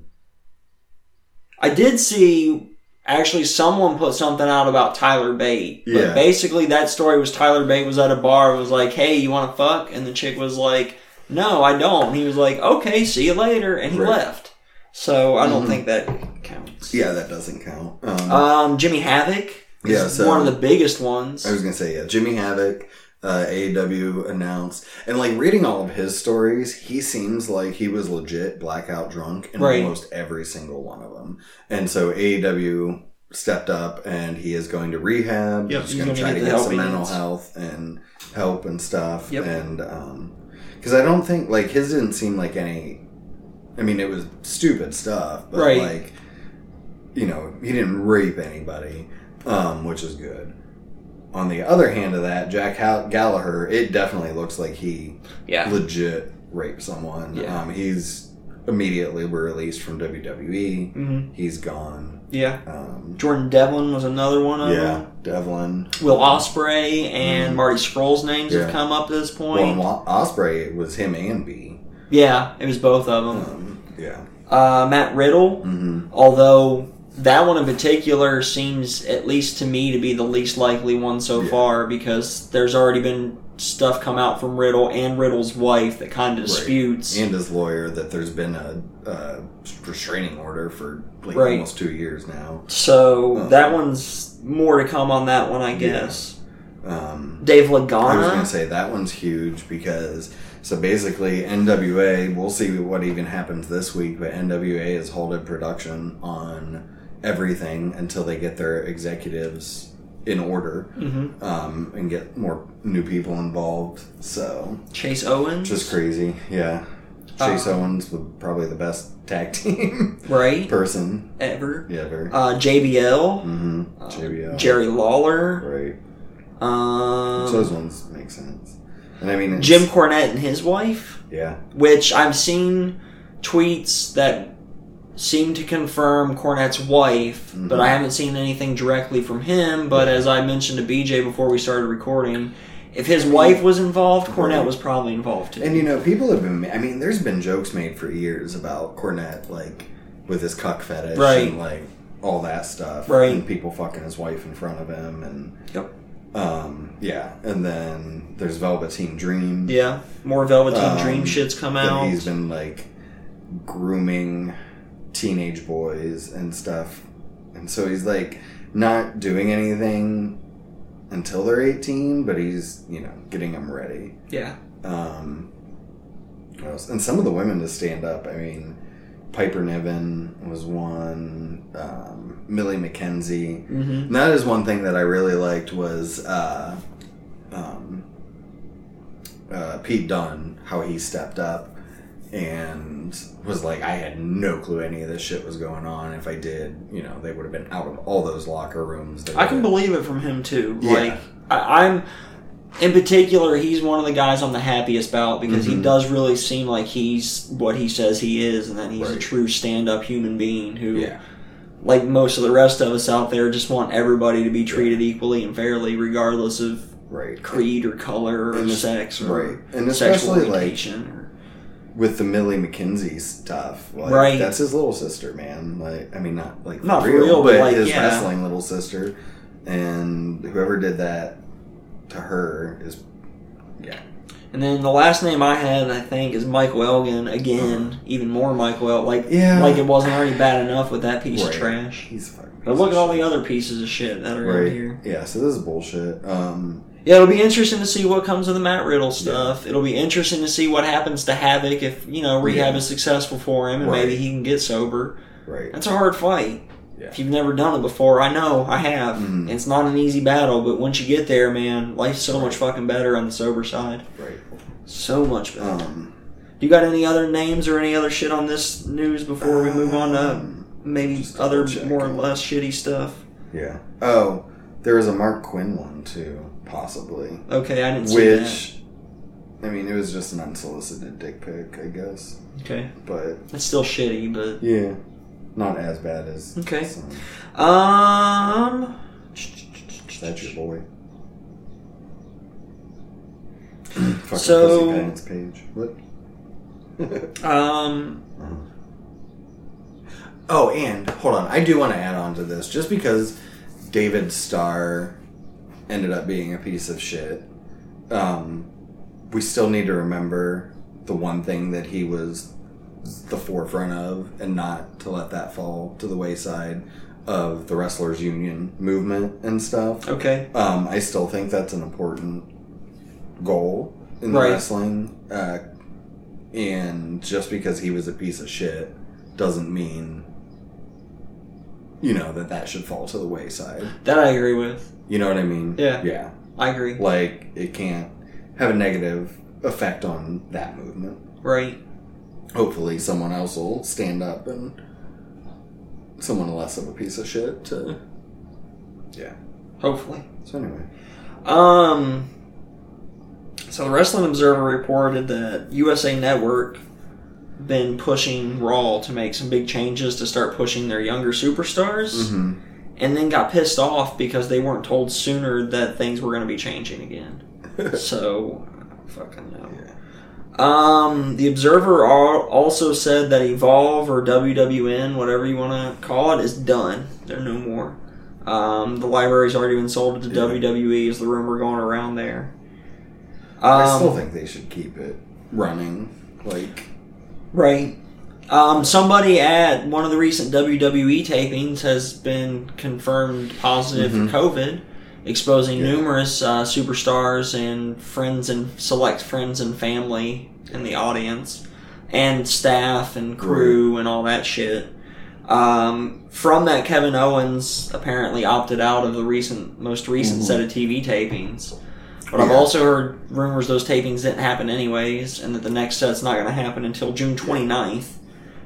I did see actually someone put something out about Tyler Bate. But
Yeah.
basically that story was Tyler Bate was at a bar and was like, Hey, you wanna fuck? And the chick was like, No, I don't. And he was like, Okay, see you later and he
Right.
left. So I don't
Mhm.
think that counts.
Yeah, that doesn't count. Um,
Um Jimmy Havoc is
Yeah, so-
one of the biggest ones.
I was gonna say yeah, Jimmy Havoc, uh, AEW announced, and like reading all of his stories, he seems like he was legit blackout drunk in
Right.
almost every single one of them. And so AEW stepped up, and he is going to rehab.
Yep,
he's,
he's
going
gonna
to try
get
to
the
get
help
some
he
mental
needs.
health and help and stuff.
Yep.
and um, because I don't think like his didn't seem like any. I mean, it was stupid stuff, but
Right.
like, you know, he didn't rape anybody, um, which is good. on the other hand of that, Jack Hall- Gallagher, it definitely looks like he
Yeah.
legit raped someone.
Yeah.
Um, he's immediately released from WWE.
hmm
He's gone.
Yeah.
Um,
Jordan Devlin was another one of
yeah,
them.
Devlin.
Will Osprey and
Mhm.
Marty Scroll's names
Yeah.
have come up at this point.
Well, Osprey it was him and B.
yeah, it was both of them.
Um, yeah.
Uh, Matt Riddle,
hmm
although that one in particular seems, at least to me, to be the least likely one so
Yeah.
far because there's already been stuff come out from Riddle and Riddle's wife that kind of disputes.
And his lawyer that there's been a, uh restraining order for like
Right.
almost two years now.
So
Uh.
that one's more to come on that one, I
Yeah.
guess.
Um,
Dave
I was going
Lagana.
to say that one's huge because so basically NWA. We'll see what even happens this week, but NWA is holding production on everything until they get their executives in order
hmm
um, and get more new people involved. So
Chase Owens.
Just crazy, yeah. Chase
Uh,
Owens was probably the best tag team
right?
person
Ever.
ever.
Uh, JBL.
mm-hmm.
uh,
JBL.
Jerry Lawler.
Right. so those
Um,
ones make sense. And I mean, it's-
Jim Cornette and his wife,
Yeah.
which I've seen tweets that seem to confirm Cornette's wife, but
Mhm.
I haven't seen anything directly from him. But as I mentioned to BJ before we started recording, if his wife was involved, Cornette
Right.
was probably involved too.
And you know, people have been. I mean, there's been jokes made for years about Cornette, like with his cuck fetish,
Right.
And like all that stuff,
Right.
And people fucking his wife in front of him, and
Yep.
Um. Yeah. And then there's Velveteen Dream.
Yeah, more Velveteen
Um,
Dream shit's come
that
out.
he's been like grooming teenage boys and stuff and so he's like not doing anything until they're 18 but he's you know getting them ready
Yeah,
um what else? and some of the women to stand up i mean piper niven was one um, millie mckenzie
hmm
and that is one thing that I really liked was uh, um, uh, Pete Dunn, how he stepped up and was like, I had no clue any of this shit was going on. If I did, you know, they would have been out of all those locker rooms. They
I can
would've-
believe it from him too.
Yeah.
Like I, I'm, in particular, he's one of the guys I'm the happiest about because he
Mhm.
does really seem like he's what he says he is, and that he's a
Right.
true stand-up human being who,
Yeah,
like most of the rest of us out there, just want everybody to be treated equally and fairly, regardless of
right.
creed or color or
And es-
sex or
Right. And
sexual
especially like
orientation. or,
with the Millie McKenzie stuff. Like,
Right.
That's his little sister, man. Like, I mean, not like
Not for real, but, like,
his
yeah.
wrestling little sister. And whoever did that to her is
and then the last name I had, I think, is Michael Elgin again. Even more Michael El, like
Uh-huh. yeah,
like it wasn't already bad enough with that piece
Right.
of trash.
He's a fucking.
But look at all the other pieces of shit that are
Right.
in here.
Yeah, so this is bullshit. Um,
Yeah, it'll be interesting to see what comes of the Matt Riddle stuff. It'll be interesting to see what happens to Havoc if, you know, rehab
Yeah.
is successful for him and
Right.
maybe he can get sober.
right.
That's a hard fight.
Yeah.
If you've never done it before, I know, I have.
Mhm.
It's not an easy battle, but once you get there, man, life's so
Right.
much fucking better on the sober side.
Right.
So much better.
Um,
you got any other names or any other shit on this news before we move on to
um,
maybe
just
other
double
more or
checking.
less shitty stuff?
yeah. Oh, there was a Mark Quinn one too, possibly.
Okay, I didn't see that.
Which, I mean, it was just an unsolicited dick pic, I guess.
Okay.
But
That's still shitty, but
yeah, not as bad as.
Okay.
some.
Um.
That's your boy. Fucking
So-
pussy pants page. What?
Um.
Mm. Oh, and hold on, I do want to add on to this just because David Starr ended up being a piece of shit. Um, we still need to remember the one thing that he was the forefront of, and not to let that fall to the wayside of the wrestlers union movement and stuff.
Okay.
Um, I still think that's an important goal in
Right.
wrestling. Uh, and just because he was a piece of shit doesn't mean, you know, that that should fall to the wayside.
That I agree with.
You know what I mean?
Yeah.
Yeah.
I agree.
Like, it can't have a negative effect on that movement.
Right.
Hopefully, someone else will stand up and someone less of a piece of shit to.
Hopefully.
So, anyway.
Um. So the Wrestling Observer reported that USA Network been pushing Raw to make some big changes to start pushing their younger superstars,
hmm
and then got pissed off because they weren't told sooner that things were going to be changing again. so, fucking no. Um, the Observer al- also said that Evolve or WWN, whatever you want to call it, is done. They're no more. Um, the library's already been sold to
Yeah.
WWE. Is the rumor going around there? Um,
I still think they should keep it running. Like,
Right. Um, somebody at one of the recent WWE tapings has been confirmed positive
Mhm.
for COVID, exposing
Yeah.
numerous uh, superstars and friends and select friends and family in the audience, and staff and crew and all that shit. Um, from that, Kevin Owens apparently opted out of the recent, most recent
Mhm.
set of TV tapings. But I've
Yeah.
also heard rumors those tapings didn't happen anyways, and that the next set's not going to happen until June 29th,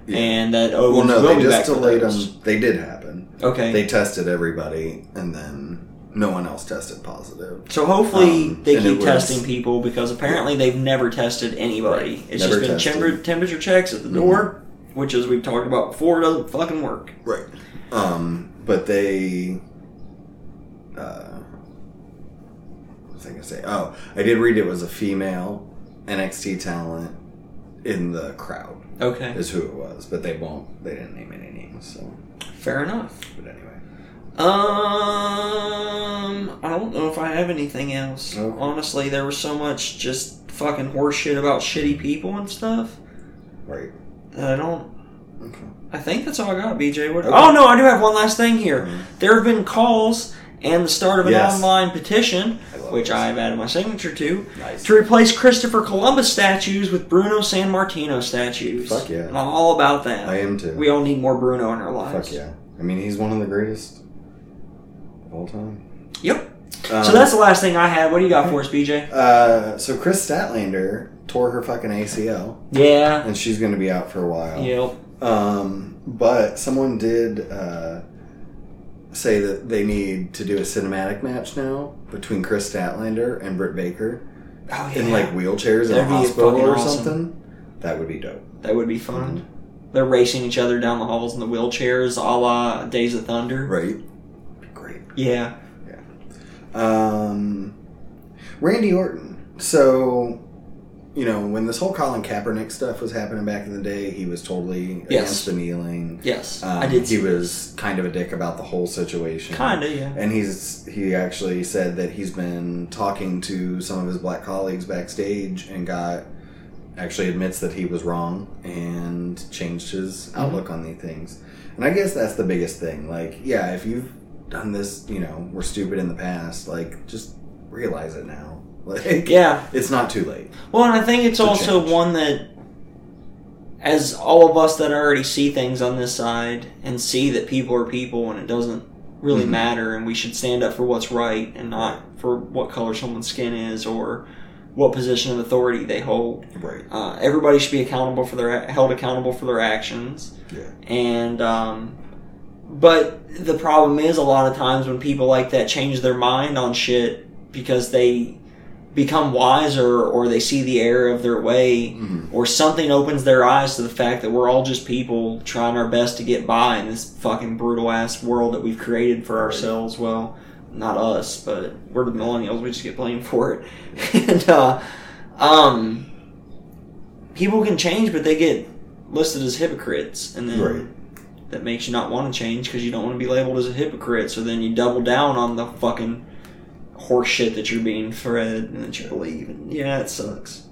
Yeah.
and that Owens
well, no,
will
they
be back
just
for
delayed
those.
them. They did happen.
Okay,
They tested everybody, and then no one else tested positive.
so hopefully
um,
they
and it
keep
was-
testing people because apparently they've never tested anybody. It's
Never
just been
tested.
temper- temperature checks at the
Mhm.
door, which as we've talked about before doesn't fucking work.
Right. Um, but they. Uh, what was I gonna say? Oh, I did read it was a female NXT talent in the crowd
Okay,
is who it was, but they won't. They didn't name any names. So,
fair enough.
but anyway.
Um, I don't know if I have anything else.
Okay.
Honestly, there was so much just fucking horseshit about shitty people and stuff
Right.
that I don't.
Okay.
I think that's all I got, BJ. What,
Okay.
Oh no, I do have one last thing here.
Mhm.
There have been calls and the start of an
Yes.
online petition,
I love
which
this.
I've added my signature to,
Nice.
to replace Christopher Columbus statues with Bruno San Martino statues.
Fuck yeah.
And I'm all about that.
I am too.
we all need more Bruno in our lives.
Fuck yeah. I mean, he's one of the greatest of all time.
Yep.
Um,
So that's the last thing I had. What do you got for us, BJ?
Uh, so Chris Statlander tore her fucking ACL,
Yeah.
and she's going to be out for a while.
Yep. Oh,
Um, but someone did uh, say that they need to do a cinematic match now between Chris Statlander and Britt Baker
Oh yeah.
in like wheelchairs in a
That'd be
hospital
fucking
or
awesome.
something. That would be dope.
that would be fun.
mm-hmm.
They're racing each other down the halls in the wheelchairs, a la Days of Thunder.
Right. Great.
Yeah.
Um, Randy Orton. So, you know, when this whole Colin Kaepernick stuff was happening back in the day, he was totally
Yes.
against the kneeling.
Yes.
Um,
I did.
He
See
was kind of a dick about the whole situation.
Kinda. Yeah.
And he's he actually said that he's been talking to some of his black colleagues backstage and got actually admits that he was wrong and changed his
Mm-hmm.
outlook on these things. And I guess that's the biggest thing. Like, yeah, if you've done this, you know, we're stupid in the past, like just realize it now. Like
Yeah.
it's not too late.
Well, and I think it's
To
also
change.
one that, as all of us that already see things on this side and see that people are people and it doesn't really
Mhm.
matter, and we should stand up for what's right and not for what color someone's skin is or what position of authority they hold.
Right.
Uh, everybody should be accountable for their held accountable for their actions.
Yeah.
And um, but the problem is a lot of times when people like that change their mind on shit because they become wiser or they see the error of their way
Mhm.
or something opens their eyes to the fact that we're all just people trying our best to get by in this fucking brutal ass world that we've created for ourselves. Well, not us, but we're the millennials. We just get blamed for it. and uh, um, people can change, but they get listed as hypocrites, and then
Right.
that makes you not want to change because you don't want to be labeled as a hypocrite. So then you double down on the fucking horse shit that you're being fed and that you believe. And yeah, it sucks.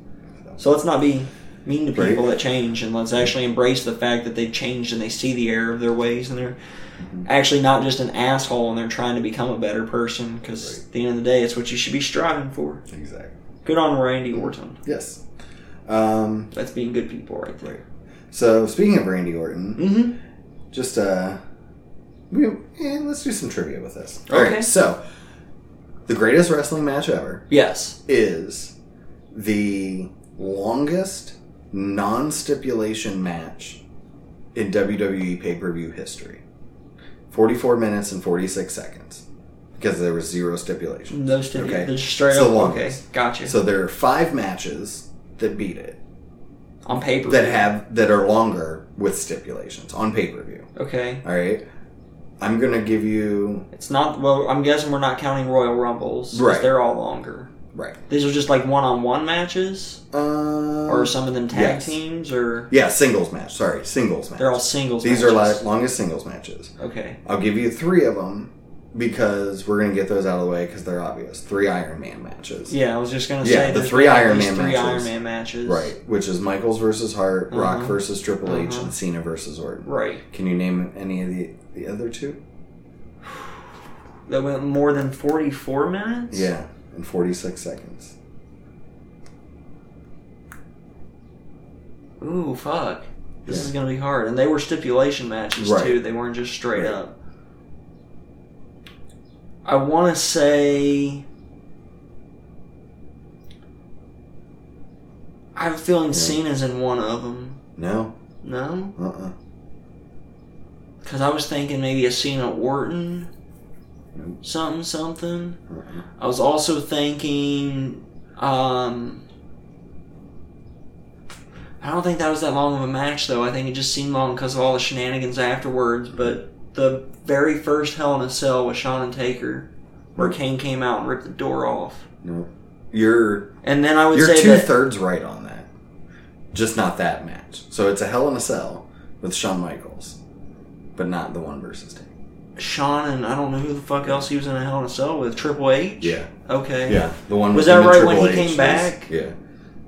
So let's not be mean to people that change, and let's actually embrace the fact that they've changed and they see the error of their ways, and they're
Mhm.
actually not just an asshole, and they're trying to become a better person. Because at the end of the day, it's what you should be striving for.
Exactly.
Good on Randy Orton.
Yes. Um
That's being good people right there.
so speaking of Randy Orton,
Mm-hmm.
just uh we, eh, let's do some trivia with this
Okay.
Alright, so the greatest wrestling match ever
Yes.
is the longest non-stipulation match E in wwe pay-per-view history 44 minutes and 46 seconds because there was zero stipulation.
Those two,
Okay.
okay. they're just straight
So
up.
long.
Okay, gotcha.
So there are five matches that beat it
on paper,
that have that are longer with stipulations on pay per view.
okay.
All right, I'm gonna give you
It's not well. I'm guessing we're not counting Royal Rumbles. 'cause
Right.
They're all longer.
right.
These are just like one-on-one matches,
Uh,
or some of them tag
yes.
teams, or
yeah, singles match. Sorry, singles match.
they're all singles.
These are
matches.
like longest singles matches.
okay.
I'll give you three of them because we're gonna get those out of the way because they're obvious. Three Iron Man matches.
Yeah, I was just gonna
Yeah,
say
the
there's
three
been at
Iron
least
Man
three
matches.
Iron Man matches.
Right, which is Michaels versus Hart, Rock
Uh-huh.
versus Triple H,
Uh-huh.
and Cena versus Orton.
Right.
Can you name any of the the other two?
That went more than forty-four minutes.
Yeah, in 46 seconds.
Ooh, fuck. This
Yeah.
is gonna be hard. And they were stipulation matches
Right.
too. They weren't just straight
Right.
up. I want to say. I have a feeling Cena's in one of them.
No,
No,
uh, uh
because I was thinking maybe a Cena Orton,
Nope.
something something.
uh-uh.
I was also thinking, um, I don't think that was that long of a match though. I think it just seemed long because of all the shenanigans afterwards. But the very first Hell in a Cell was Shawn and Taker, where
Hmm.
Kane came out and ripped the door off.
no. You're
And then I would
you're
say
two
that
thirds right on that, just not that match. So it's a Hell in a Cell with Shawn Michaels, but not the one versus Taker.
Shawn and I don't know who the fuck else he was in a Hell in a Cell with Triple H.
Yeah,
Okay.
yeah. The one
Was
with him
that
and
right when
Triple
he came
H was-
back?
yeah,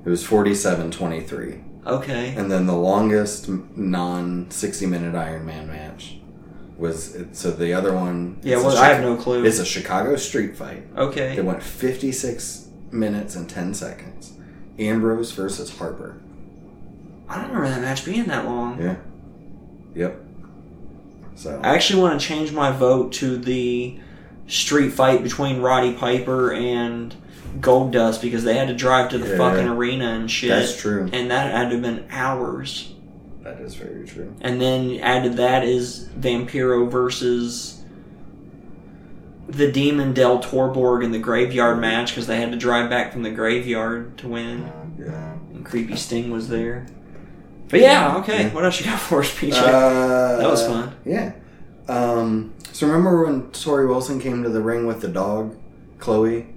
it was 47-23.
Okay.
And then the longest non 60 minute Iron Man match was so the other one.
Yeah.
it's a
Well, I have
Chica-
no clue.
It's a Chicago street fight.
okay.
It went 56 minutes and 10 seconds. Ambrose versus Harper.
I don't remember that match being that long.
Yeah. Yep. So
I actually want to change my vote to the street fight between Roddy Piper and Gold Dust because they had to drive to the
Yeah.
fucking arena and shit.
that's true.
and that had to have been hours.
That is very true.
And then added that is Vampiro versus the Demon Del Torborg in the graveyard match because they had to drive back from the graveyard to win.
Yeah.
And Creepy Sting was there. But yeah, okay.
Yeah.
What else you got for us, PJ?
Uh,
that was fun.
Yeah. Um, so remember when Tori Wilson came to the ring with the dog, Chloe?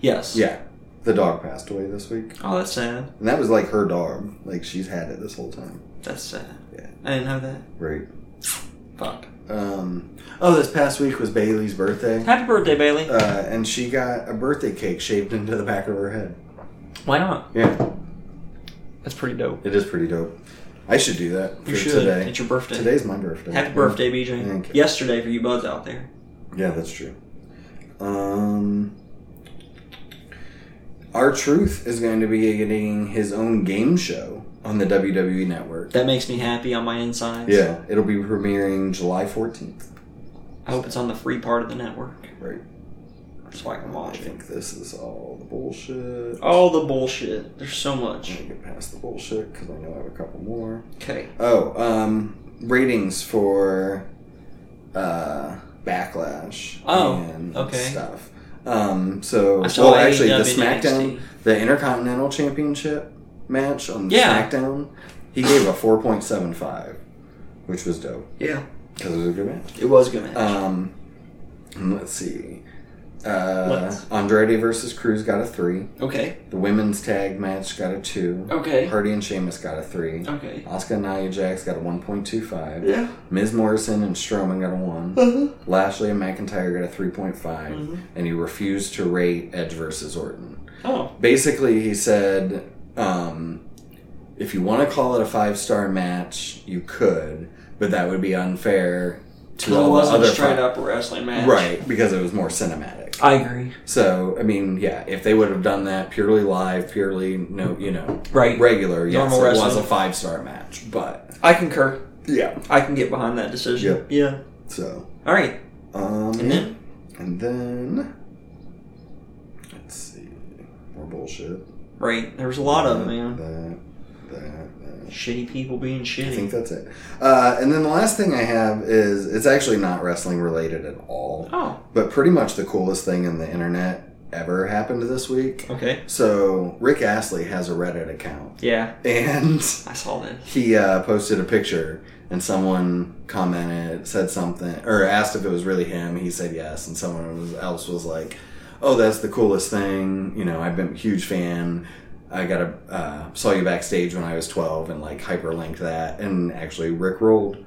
Yes.
Yeah. The dog passed away this week.
Oh, that's sad.
And that was like her dog. Like she's had it this whole time.
That's sad.
Yeah.
I didn't know that.
Right.
Fuck.
Um, oh, this past week was Bailey's birthday.
Happy birthday, Bailey.
Uh, and she got a birthday cake shaved into the back of her head.
Why not?
Yeah.
That's pretty dope.
It is pretty dope. I should do that for
You should.
today.
It's your birthday.
Today's my birthday.
Happy birthday, BJ.
Thank you.
Yesterday for you buds out there.
Yeah, that's true. Um, our truth is going to be getting his own game show on the WWE network.
That makes me happy on my insides.
Yeah, it'll be premiering July 14th.
I hope it's on the free part of the network
Right.
so I can
I
watch it.
think this is all the bullshit.
All the bullshit. There's so
I'm
much.
gonna get past the bullshit because I know I have a couple more.
Okay.
Oh, um, ratings for uh, Backlash.
Oh,
and
okay.
Stuff. Um, so,
I saw E
well, actually, the
AEW and
SmackDown,
NXT.
the Intercontinental Championship match on
Yeah.
SmackDown, he gave a 4.75, which was dope
Yeah.
because it was a good match.
It was good match.
Um, let's see. Uh,
Let's-
Andrade versus Cruz got a three.
okay.
The women's tag match got a two.
Okay.
Hardy and Sheamus got a three.
Okay.
Oscar and Nia Jax got a 1.25.
Yeah.
Ms. Morrison and Strowman got a 1.
Uh-huh.
Lashley and McIntyre got a 3.5.
Mhm.
And he refused to rate Edge versus Orton.
Oh.
Basically, he said, um, if you want to call it a five star match, you could, but that would be unfair to
It
all the
wasn't
other
straight
fi-
up a wrestling match.
Right, because it was more cinematic.
I agree.
So, I mean, yeah, if they would have done that purely live, purely, no, you know,
Right.
regular, yes,
Normal
it was
wrestling.
a five star match, but
I concur.
yeah.
I can get behind that decision.
Yep.
Yeah.
So,
All right.
um,
And then?
and then, let's see, more bullshit.
Right. There was a lot of them, man.
That, that, that.
Shitty people being
Mm-hmm. I
shitty.
think that's it. Uh, and then the last thing I have is it's actually not wrestling related at all,
Oh,
but pretty much the coolest thing in the internet ever happened this week.
okay.
So Rick Astley has a Reddit account,
Yeah,
and
I saw this.
he uh, posted a picture, and someone commented, said something, or asked if it was really him. He said yes, and someone was- else was like, "Oh, that's the coolest thing! You know, I've been a huge fan." I got a uh, saw you backstage when I was twelve and like hyperlinked that and actually Rick rolled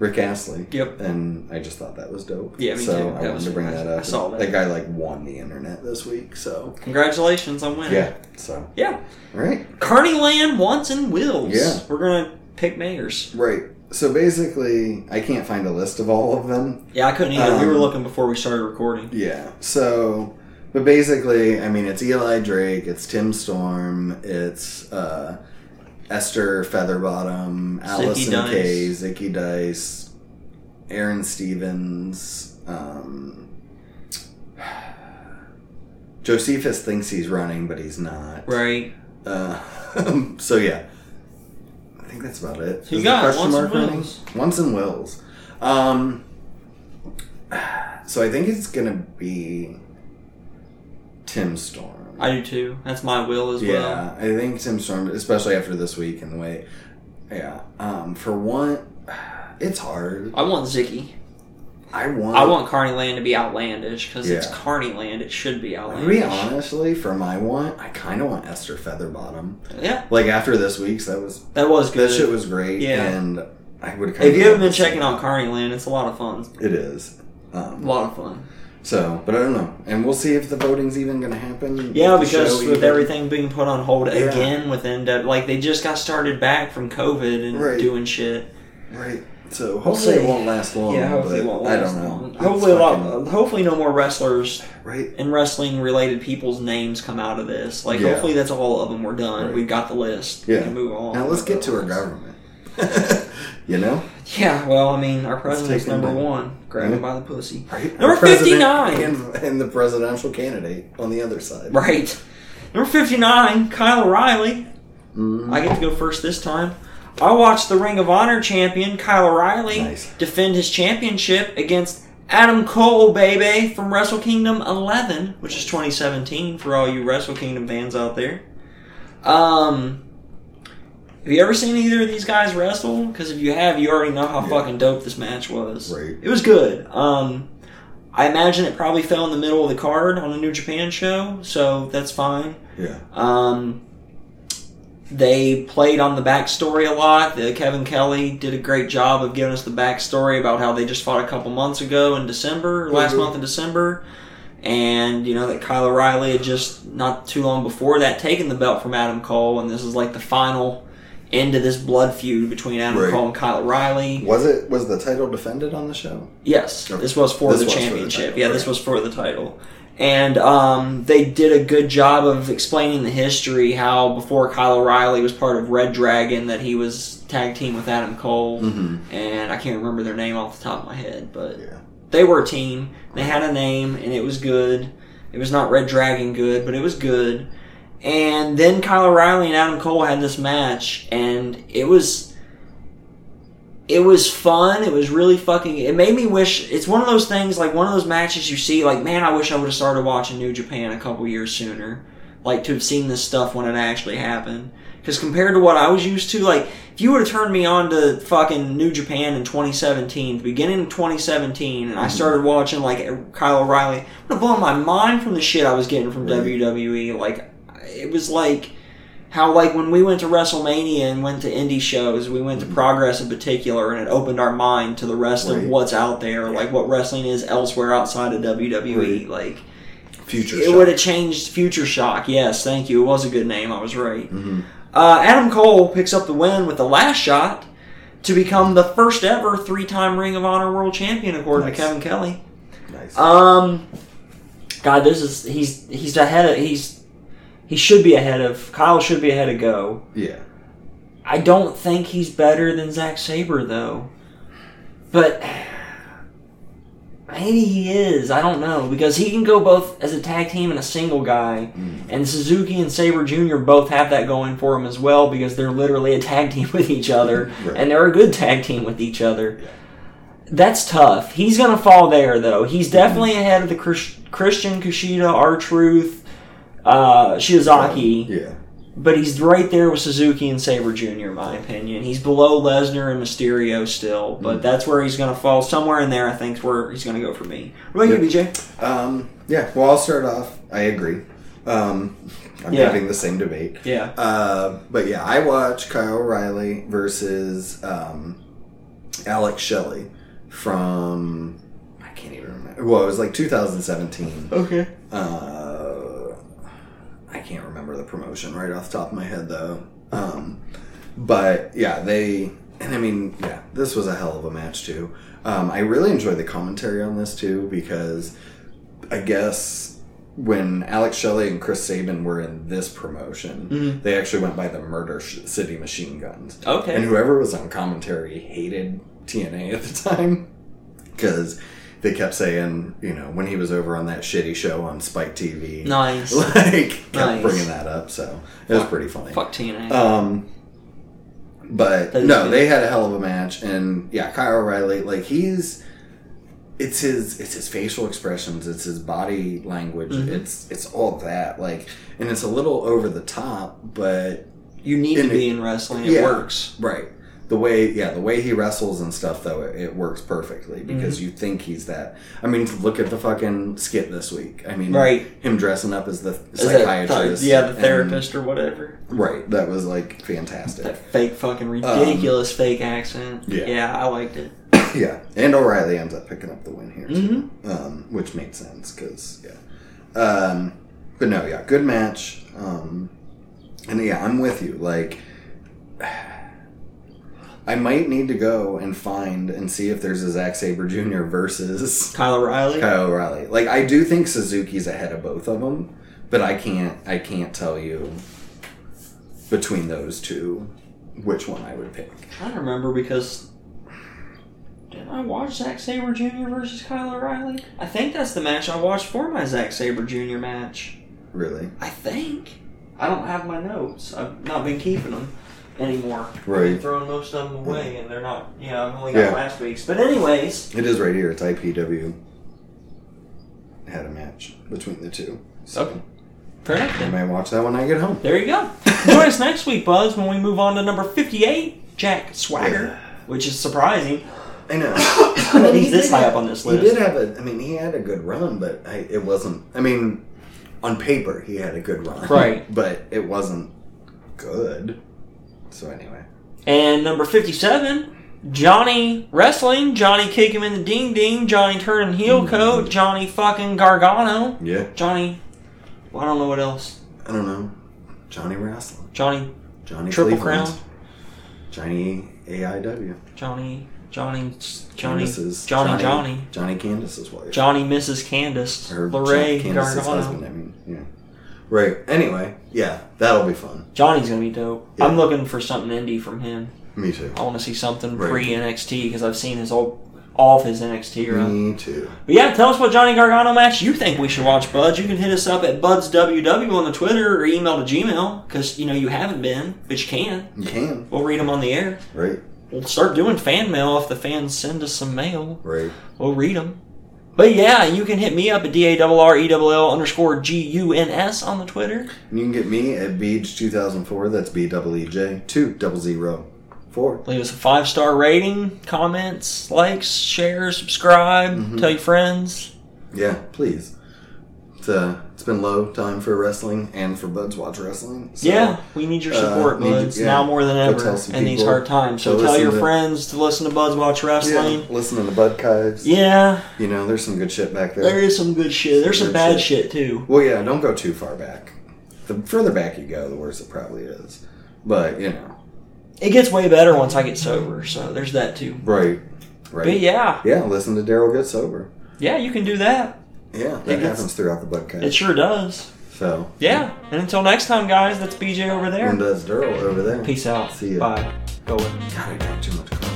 Rick Astley
Yep.
and I just thought that was dope.
Yeah, me
so
too.
I
That
wanted
was-
to bring
I-
that
I
up.
saw that.
guy like won the internet this week, so
Congratulations on winning.
yeah. So
Yeah.
all right.
Carney Land wants and wills.
Yeah.
We're gonna pick mayors.
Right. So basically, I can't find a list of all of them.
Yeah, I couldn't either. we were
Um,
looking before we started recording.
Yeah. So, but basically, I mean, it's Eli Drake, it's Tim Storm, it's uh, Esther Featherbottom, Allison
Dice.
Kay, Zicky Dice, Aaron Stevens. Um, Josephus thinks he's running, but he's not.
Right.
Uh, so yeah, I think that's about it.
You
Is
got
the
it.
question
Once
mark
and
running?
Wills.
Once and Wills. Um, so I think it's gonna be Tim Storm.
I do too. That's my will as well.
yeah, I think Tim Storm, especially after this week and the way. Yeah. Um, for one, it's hard.
I want Ziggy.
I want.
I want Carney Land to be outlandish because it's
Yeah.
Carney Land. It should be
To be
outlandish.
honestly, for my want, I kind of want Esther Featherbottom.
Yeah,
Like after this week's, that was
that was good.
that shit was great.
Yeah.
And I would.
if you haven't been checking out Carney Land, it's a lot of fun.
It is.
A
Um,
lot of fun.
so, but I don't know, and we'll see if the voting's even going to happen.
Yeah,
if the show
because with
even-
everything being put on hold
Yeah.
again within depth, like they just got started back from COVID and
Right.
doing shit.
right? So hopefully it
see.
won't last long.
yeah, hopefully
but
it won't
I
last
don't know.
long.
It's
Hopefully, a lot,
fucking-
hopefully no more wrestlers
right?
and wrestling related people's names come out of this. Like
Yeah.
hopefully that's all of them. We're done.
Right.
We've got the list.
Yeah.
We can move on.
Now let's get to our government. you know,
Yeah, well, I mean, our president's
take them
number
down.
one. Grab him
Yeah.
by the pussy.
right?
Number
Our president
59.
and, and the presidential candidate on the other side.
Right. Number 59, Kyle O'Reilly.
Mm,
I get to go first this time. I watched the Ring of Honor champion, Kyle O'Reilly,
Nice.
defend his championship against Adam Cole, baby, from Wrestle Kingdom 11, which is 2017 for all you Wrestle Kingdom fans out there. Um, have you ever seen either of these guys wrestle? Because if you have, you already know how
Yeah.
fucking dope this match was.
Right.
It was good. Um, I imagine it probably fell in the middle of the card on a New Japan show, so that's fine.
Yeah.
Um, they played on the backstory a lot. The Kevin Kelly did a great job of giving us the backstory about how they just fought a couple months ago in December, last
Mhm.
month in December. And, you know, that Kyle O'Reilly had just not too long before that taken the belt from Adam Cole. And this is like the final end of this blood feud between Adam
Right.
Cole and Kyle O'Reilly.
Was it was the title defended on the show?
Yes,
Okay.
this was for
This
the
was for the
championship.
title,
yeah, this
okay.
was for the title. And um, they did a good job of explaining the history how before Kyle O'Reilly was part of Red Dragon, that he was tag team with Adam Cole.
Mm-hmm.
And I can't remember their name off the top of my head, but
Yeah.
they were a team. They had a name, and it was good. It was not Red Dragon good, but it was good. And then Kyle O'Reilly and Adam Cole had this match, and it was it was fun. It was really fucking. It made me wish. It's one of those things, like one of those matches you see, like man, I wish I would have started watching New Japan a couple years sooner, like to have seen this stuff when it actually happened. Because compared to what I was used to, like if you would have turned me on to fucking New Japan in 2017, the beginning of 2017, and I started watching like Kyle O'Reilly, it would have blown my mind from the shit I was getting from
Right.
WWE. Like it was like how like when we went to WrestleMania and went to indie shows, we went to Progress in particular, and it opened our mind to the rest of
Right.
what's out there, like what wrestling is elsewhere outside of WWE. Like
Future.
it would have changed Future Shock. Yes, thank you. It was a good name. I was right.
hmm
Uh, Adam Cole picks up the win with the last shot to become the first ever three-time Ring of Honor World Champion, according
Nice.
to Kevin Kelly.
Nice.
Um, God, this is he's he's ahead of he's he should be ahead of Kyle should be ahead of Go.
yeah.
I don't think he's better than Zack Saber though, but Maybe he is. I don't know because he can go both as a tag team and a single guy,
Mm.
and Suzuki and Saber Jr. both have that going for them as well because they're literally a tag team with each other,
Right.
and they're a good tag team with each other.
Yeah.
That's tough. He's gonna fall there though. He's definitely ahead of the Chris- Christian Kushida, R Truth, uh, Shizaki,
Yeah.
but he's right there with Suzuki and Saber Jr. In my opinion, he's below Lesnar and Mysterio still, but
Mm.
that's where he's gonna fall. Somewhere in there, I think, is where he's gonna go for me. What about you, BJ?
Um, yeah. Well, I'll start off. I agree. Um, I'm
Yeah.
having the same debate.
Yeah,
Uh, but yeah, I watched Kyle O'Reilly versus um, Alex Shelley from I can't even remember. Well, it was like 2017.
Okay.
Uh, I can't remember the promotion right off the top of my head though. Um, but yeah, they and I mean yeah, this was a hell of a match too. Um, I really enjoyed the commentary on this too because I guess when Alex Shelley and Chris Sabin were in this promotion,
Mhm.
they actually went by the Murder Sh- City Machine Guns. And
Okay.
whoever was on commentary hated TNA at the time because they kept saying, you know, when he was over on that shitty show on Spike TV,
Nice.
like kept
Nice.
bringing that up. So it was pretty funny.
Fuck TNA.
Um, but
That is
no,
good.
they had a hell of a match, and yeah, Kyle O'Reilly, like he's, it's his, it's his facial expressions, it's his body language,
Mhm.
it's it's all that, like, and it's a little over the top, but
you need to
and
be in wrestling. It
Yeah.
works.
right, the way, yeah, the way he wrestles and stuff, though, it, it works perfectly because
Mm-hmm.
you think he's that. I mean, look at the fucking skit this week. I mean,
Right.
him dressing up as the
Is that-
psychiatrist,
yeah, the
and-
therapist or whatever.
right, that was like fantastic.
That fake fucking ridiculous fake accent.
Um, yeah.
I liked it.
Yeah, and O'Reilly ends up picking up the win here, too,
Mhm.
um, which makes sense because yeah. Um, but no, yeah, good match. Um, and yeah, I'm with you. Like, I might need to go and find and see if there's a Zack Saber Jr. versus
Kyle O'Reilly.
Kyle O'Reilly. Like, I do think Suzuki's ahead of both of them, but I can't. I can't tell you between those two which one I would pick.
I don't remember because did I watch Zack Saber Jr. versus Kyle O'Reilly? I think that's the match I watched for my Zack Saber Jr. match.
Really,
I think. I don't have my notes. I've not been keeping them anymore.
right?
Throwing most of them away, and they're not. Yeah, I've only got
Yeah.
last week's. But anyways,
It is right here. It's IPW had a match between the two. So
Okay. fair enough.
I
Then.
might watch that when I get home.
There you go. Join us next week, Buzz, when we move on to number 58, Jack Swagger, which is surprising.
I know. But
he's
he
this
did
high
have-
up on this
He did
list.
have a. I mean, he had a good run, but I, it wasn't. I mean, on paper, he had a good run,
Right.
But it wasn't good. So anyway,
And number 57, Johnny Wrestling, Johnny Kick Him in the Ding Ding, Johnny Turn and
Mm-hmm.
Heel Coat, Johnny fucking Gargano,
yeah.
Johnny. well, I don't know what else.
I don't know. Johnny Wrestling,
Johnny
Johnny
Triple
Cleveland,
Crown,
Johnny AIW,
Johnny. Johnny. Johnny.
Candace's-
Johnny. Johnny.
Johnny Candace's wife.
Johnny Mrs. Candace.
Or
Lorraine
John- Candace's
Gargano.
husband, I mean, yeah. Right. Anyway, yeah, that'll be fun.
Johnny's gonna be dope.
Yeah.
I'm looking for something indie from him.
Me too.
I want to see something
Right.
pre NXT because I've seen his old all of his NXT run.
Me too.
But yeah, tell us what Johnny Gargano match you think we should watch, Buds. You can hit us up at budsww on the Twitter or email to Gmail because you know you haven't been, but you can.
You can.
We'll read them on the air.
Right.
We'll start doing fan mail if the fans send us some mail.
Right.
We'll read them. But yeah, you can hit me up at D-A-R-R-E-L-L E underscore G-U-N-S on the Twitter.
And you can get me at Beej2004. That's B double E J two double zero four.
Leave us a five-star rating, comments, likes, share, subscribe,
Mhm.
tell your friends.
Yeah, please. It's, uh, it's been low time for wrestling and for Buds Watch Wrestling. so-
yeah, we need your
uh,
support,
need
Buds,
you- yeah,
now more than
go
ever
tell some
in these
people
hard times. So
to
tell
listen
your
to-
friends to listen to Buds Watch Wrestling.
Yeah, listening to Bud Kives.
Yeah,
You know, there's some good shit back there.
there is some good shit. There's some
Good
bad
shit.
shit, too.
Well, yeah, don't go too far back. The further back you go, the worse it probably is. But, you know,
It gets way better once I get sober, so there's that, too.
right. Right.
But yeah,
Yeah, listen to Daryl get sober.
yeah, you can do that.
Yeah, that
gets-
happens throughout the
It
podcast.
sure does.
So,
Yeah, and until next time, guys, that's BJ over
and
there.
that's Daryl over there.
Peace out.
Mm. See ya.
Bye. Go in.
God, I drank too much coffee.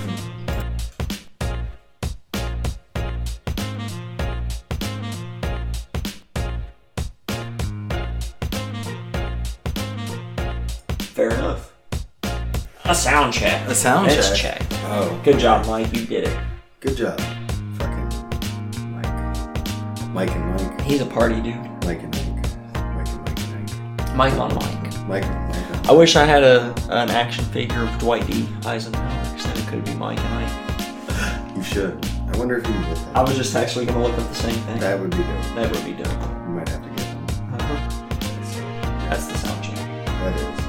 A sound check.
A sound
It's
check.
check.
Oh,
Good job, Mike. You did it.
good job. Fucking Mike. Mike and Mike.
He's a party dude.
Mike and Mike. Mike and Mike and Mike.
Mike on Mike.
Mike and Mike. and-
I wish I had a an action figure of Dwight D. Eisenhower because then it could be Mike and Mike.
You should. I wonder if you can get that.
I was just actually gonna look up the same thing. That,
That would be good.
would be dope. Uh-huh.
You might have to get one.
That's the sound check.
That is.